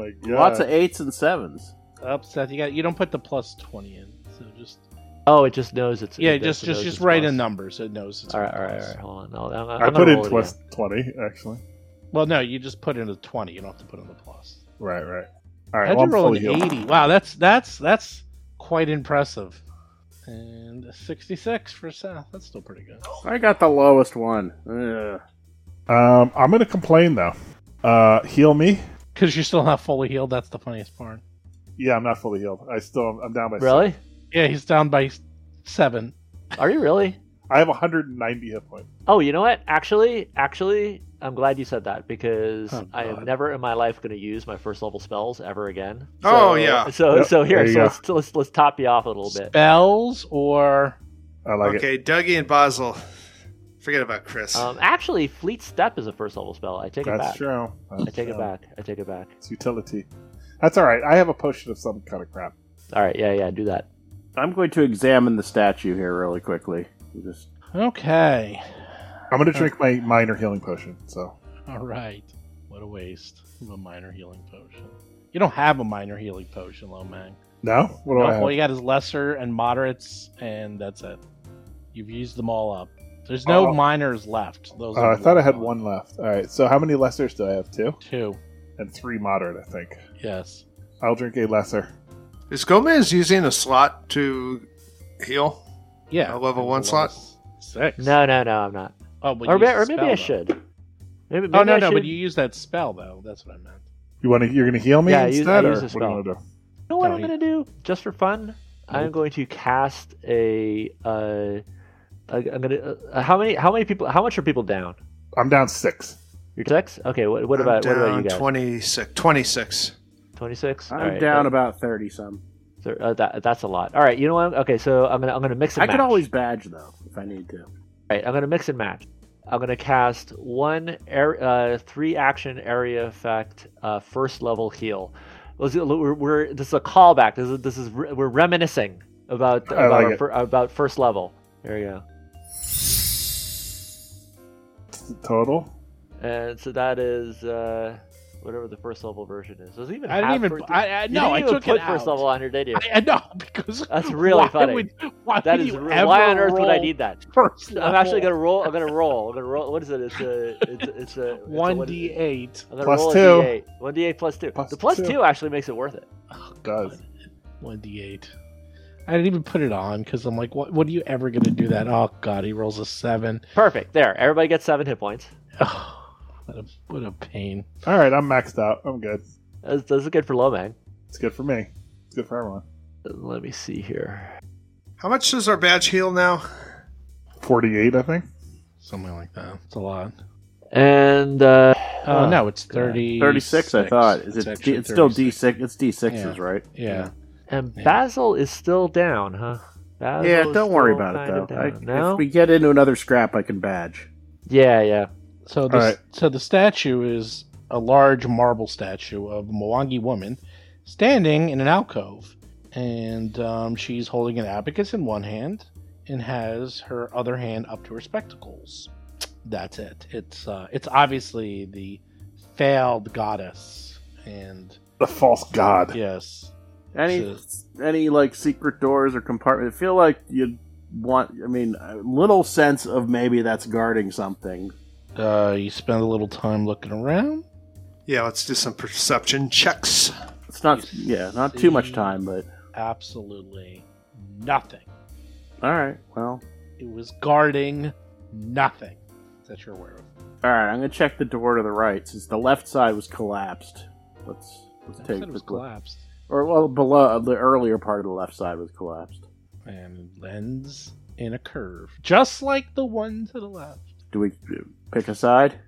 Speaker 6: my god.
Speaker 4: Lots of eights and sevens.
Speaker 2: Up, Seth. You got. You don't put the plus 20 in. So just
Speaker 5: Oh, it just knows it's.
Speaker 2: yeah,
Speaker 5: it
Speaker 2: just just
Speaker 5: knows
Speaker 2: just
Speaker 5: it's
Speaker 2: write a
Speaker 5: plus.
Speaker 2: number so it knows it's
Speaker 5: All
Speaker 2: a
Speaker 5: right, all right, all
Speaker 2: plus.
Speaker 5: right. Hold on. No, I'm, I'm
Speaker 6: I
Speaker 5: gonna
Speaker 6: put in
Speaker 5: roll it
Speaker 6: plus 20, actually.
Speaker 2: Well, no, you just put in a 20. You don't have to put in the plus.
Speaker 6: Right, right. All right,
Speaker 2: How'd
Speaker 6: well,
Speaker 2: you
Speaker 6: I'm
Speaker 2: roll
Speaker 6: fully
Speaker 2: an
Speaker 6: healed.
Speaker 2: 80? Wow, that's that's that's quite impressive. And a 66 for Seth. That's still pretty good.
Speaker 4: I got the lowest one. Ugh.
Speaker 6: Um, I'm going to complain, though. Uh, heal me?
Speaker 2: Because you're still not fully healed. That's the funniest part.
Speaker 6: Yeah, I'm not fully healed. I still, I'm down by
Speaker 5: again. Really?
Speaker 2: Yeah, he's down by seven.
Speaker 5: Are you really?
Speaker 6: I have 190 hit points.
Speaker 5: Oh, you know what? Actually, actually, I'm glad you said that because
Speaker 2: Oh,
Speaker 5: I am
Speaker 2: God.
Speaker 5: never in my life going to use my first level spells ever again.
Speaker 3: Oh,
Speaker 5: So-
Speaker 3: yeah.
Speaker 5: So
Speaker 6: Yep,
Speaker 5: so
Speaker 6: there
Speaker 5: here,
Speaker 6: you
Speaker 5: so
Speaker 6: go.
Speaker 5: let's, let's let's top you off a little bit.
Speaker 2: Spells or
Speaker 6: I like it.
Speaker 3: okay, Dougie and Basil. Forget about Chris.
Speaker 5: Um, actually, Fleet Step is a first level spell. I take it
Speaker 6: That's
Speaker 5: back.
Speaker 6: true.
Speaker 5: I
Speaker 6: That's
Speaker 5: take it
Speaker 6: true.
Speaker 5: back. I take it back.
Speaker 6: It's utility. That's all right. I have a potion of some kind of crap.
Speaker 5: All right. Yeah, yeah. Do that.
Speaker 4: I'm going to examine the statue here really quickly. Just
Speaker 2: okay.
Speaker 6: I'm going to drink my minor healing potion. So
Speaker 2: All right. What a waste of a minor healing potion. You don't have a minor healing potion, Lomang.
Speaker 6: no, what do
Speaker 2: No,
Speaker 6: I have?
Speaker 2: all you got is lesser and moderates, and that's it. You've used them all up. There's no
Speaker 6: Oh.
Speaker 2: minors left. Those
Speaker 6: Uh,
Speaker 2: are
Speaker 6: I
Speaker 2: the
Speaker 6: thought I had
Speaker 2: ones
Speaker 6: one left. All right. So how many lessers do I have? Two
Speaker 2: left. Two.
Speaker 6: and three moderate, I think.
Speaker 2: Yes.
Speaker 6: I'll drink a lesser.
Speaker 3: Is Gomez using a slot to heal?
Speaker 2: Yeah.
Speaker 3: A Oh, level one
Speaker 2: Level
Speaker 3: slot?
Speaker 2: s- Six.
Speaker 5: No, no, no. I'm not.
Speaker 2: Oh, but
Speaker 5: or,
Speaker 2: you
Speaker 5: ma-
Speaker 2: used
Speaker 5: or
Speaker 2: the
Speaker 5: maybe
Speaker 2: spell, though.
Speaker 5: I should. Maybe,
Speaker 2: Oh
Speaker 5: maybe
Speaker 2: no,
Speaker 5: I
Speaker 2: no, but
Speaker 5: should-
Speaker 2: you use that spell though. That's what I meant.
Speaker 6: You want to? You're going to heal me
Speaker 5: Yeah, I use-
Speaker 6: instead,
Speaker 5: I
Speaker 6: or
Speaker 5: use
Speaker 6: what
Speaker 5: a
Speaker 6: do you want to do?
Speaker 5: You know what
Speaker 2: No,
Speaker 5: I'm
Speaker 2: you-
Speaker 5: going to do just for fun? I'm going to cast a. Uh, I- I'm going to. Uh, how many? How many people? How much are people down?
Speaker 6: I'm down six.
Speaker 5: Your six? Okay. What, what
Speaker 3: I'm
Speaker 5: about what about
Speaker 3: down
Speaker 5: you guys?
Speaker 3: 26. 26.
Speaker 5: Twenty six.
Speaker 4: I'm
Speaker 5: uh,
Speaker 4: down about thirty some.
Speaker 5: about. Uh, that, that's a lot. All right. You know what? Okay. So I'm gonna I'm gonna mix. And
Speaker 4: I could
Speaker 5: match.
Speaker 4: always badge though if I need to.
Speaker 5: All right. I'm gonna mix and match. I'm gonna cast one air, uh, three action area effect uh, first level heal. Let's- We're, we're this is a callback. This is this is re- we're reminiscing about
Speaker 6: I
Speaker 5: about,
Speaker 6: like
Speaker 5: our
Speaker 6: it.
Speaker 5: fir- about first level. There you go.
Speaker 6: Total.
Speaker 5: And so that is uh, whatever the first level version is. Does it even?
Speaker 2: I didn't
Speaker 5: have
Speaker 2: even.
Speaker 5: First,
Speaker 2: I, I,
Speaker 5: you
Speaker 2: no,
Speaker 5: didn't
Speaker 2: I
Speaker 5: even
Speaker 2: took
Speaker 5: put
Speaker 2: it out.
Speaker 5: first level on here, did you?
Speaker 2: I, I know because
Speaker 5: That's really
Speaker 2: why
Speaker 5: funny.
Speaker 2: Would, why
Speaker 5: that
Speaker 2: would
Speaker 5: is
Speaker 2: you
Speaker 5: re-
Speaker 2: ever
Speaker 5: why on earth would I
Speaker 2: roll
Speaker 5: need that?
Speaker 2: First
Speaker 5: I'm
Speaker 2: level?
Speaker 5: actually gonna roll. I'm gonna roll. I'm gonna roll. What is it? It's a. It's a. It's a.
Speaker 2: one d
Speaker 5: d
Speaker 2: eight.
Speaker 5: I'm gonna
Speaker 6: Plus
Speaker 5: roll a
Speaker 6: two.
Speaker 5: D8. One d8 plus two.
Speaker 6: Plus
Speaker 5: the plus
Speaker 6: two.
Speaker 5: two. actually makes it worth it.
Speaker 6: Does.
Speaker 2: One d eight. I didn't even put it on because I'm like, what? What are you ever gonna do that? Oh god, he rolls a seven.
Speaker 5: Perfect. There. Everybody gets seven hit points.
Speaker 2: Oh, what a what a pain.
Speaker 6: All right. I'm maxed out. I'm good.
Speaker 5: This, this is good for Lomang.
Speaker 6: It's good for me. It's good for everyone.
Speaker 5: Let me see here.
Speaker 3: How much does our badge heal now?
Speaker 6: 48, I think.
Speaker 2: Something like that. It's a lot.
Speaker 5: And uh,
Speaker 2: Oh
Speaker 5: Oh,
Speaker 2: no, it's thirty.
Speaker 4: Thirty six, I thought. Is
Speaker 2: It's
Speaker 4: it?
Speaker 2: actually
Speaker 4: it's still
Speaker 2: 36.
Speaker 4: D six. It's D sixes,
Speaker 2: Yeah.
Speaker 4: right?
Speaker 2: Yeah.
Speaker 5: and
Speaker 2: Yeah.
Speaker 5: Basil is still down, huh? Basil
Speaker 4: yeah,
Speaker 5: is
Speaker 4: don't worry
Speaker 5: still
Speaker 4: about it
Speaker 5: kinda
Speaker 4: though. I,
Speaker 5: down. no.
Speaker 4: If we get into another scrap, I can badge.
Speaker 5: Yeah, yeah.
Speaker 2: So the,
Speaker 6: Alright.
Speaker 2: so the statue is a large marble statue of a Mwangi woman standing in an alcove, and um, she's holding an abacus in one hand and has her other hand up to her spectacles. That's it. It's uh, it's obviously the failed goddess, and
Speaker 6: The false god.
Speaker 2: yes,
Speaker 4: Any any like secret doors or compartment? I feel like you want. I mean, a little sense of maybe that's guarding something.
Speaker 2: Uh, you spend a little time looking around.
Speaker 3: Yeah, let's do some perception checks.
Speaker 4: It's not. Yeah, not too much time, but
Speaker 2: Absolutely nothing.
Speaker 4: all right. Well,
Speaker 2: It was guarding nothing that you're aware of.
Speaker 4: all right. I'm gonna check the door to the right since the left side was collapsed. Let's let's
Speaker 2: I
Speaker 4: take
Speaker 2: said it
Speaker 4: the
Speaker 2: was
Speaker 4: gl-
Speaker 2: collapsed.
Speaker 4: or well below uh, the earlier part of the left side was collapsed.
Speaker 2: And it ends in a curve, just like the one to the left.
Speaker 4: Do we pick a side?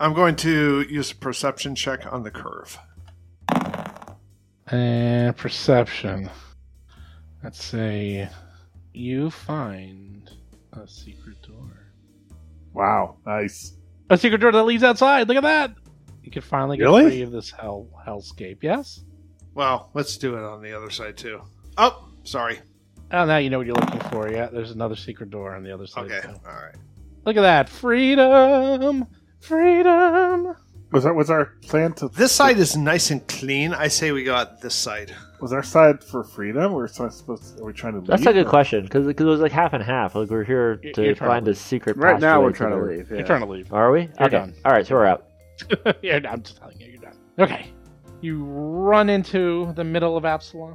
Speaker 3: I'm going to use a perception check on the curve.
Speaker 2: And perception. Let's say you find a secret door.
Speaker 6: Wow, nice.
Speaker 2: A secret door that leads outside. Look at that. You could finally get
Speaker 6: Really?
Speaker 2: free of this hell hellscape. Yes.
Speaker 3: Well, let's do it on the other side too. Oh, sorry.
Speaker 2: Oh, now you know what you're looking for. Yeah, there's another secret door on the other side.
Speaker 3: Okay,
Speaker 2: too.
Speaker 3: all right.
Speaker 2: Look at that. Freedom. Freedom.
Speaker 6: Was our was our plan to
Speaker 3: This side is nice and clean. I say we go out this side.
Speaker 6: was our side for freedom? We're supposed to, are we trying to leave?
Speaker 5: That's a good
Speaker 6: or-
Speaker 5: question because it was like half and half. Like we're here
Speaker 2: You're trying
Speaker 5: to
Speaker 2: to
Speaker 5: find a
Speaker 2: leave.
Speaker 5: secret.
Speaker 4: Right now, we're
Speaker 5: passageway
Speaker 4: trying to
Speaker 5: the-
Speaker 4: leave.
Speaker 2: You're
Speaker 4: yeah.
Speaker 2: trying to leave.
Speaker 5: Are we? okay.
Speaker 2: done.
Speaker 5: All right, so we're out.
Speaker 2: yeah, I'm just telling you, you're done. Okay. You run into the middle of Absalom,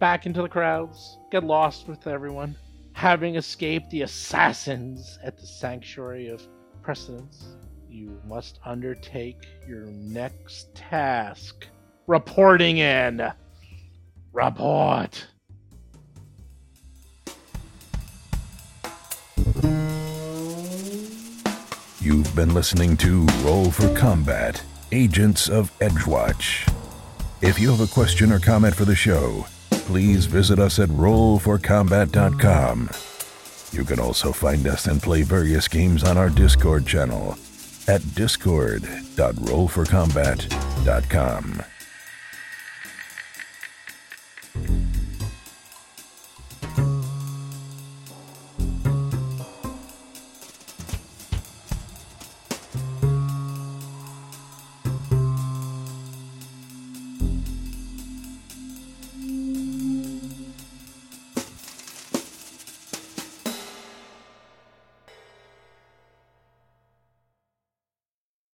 Speaker 2: back into the crowds, get lost with everyone, having escaped the assassins at the sanctuary of precedence. You must undertake your next task. Reporting in. Report.
Speaker 1: You've been listening to Roll for Combat, Agents of Edgewatch. If you have a question or comment for the show, please visit us at rollforcombat.com. You can also find us and play various games on our Discord channel at discord.rollforcombat.com.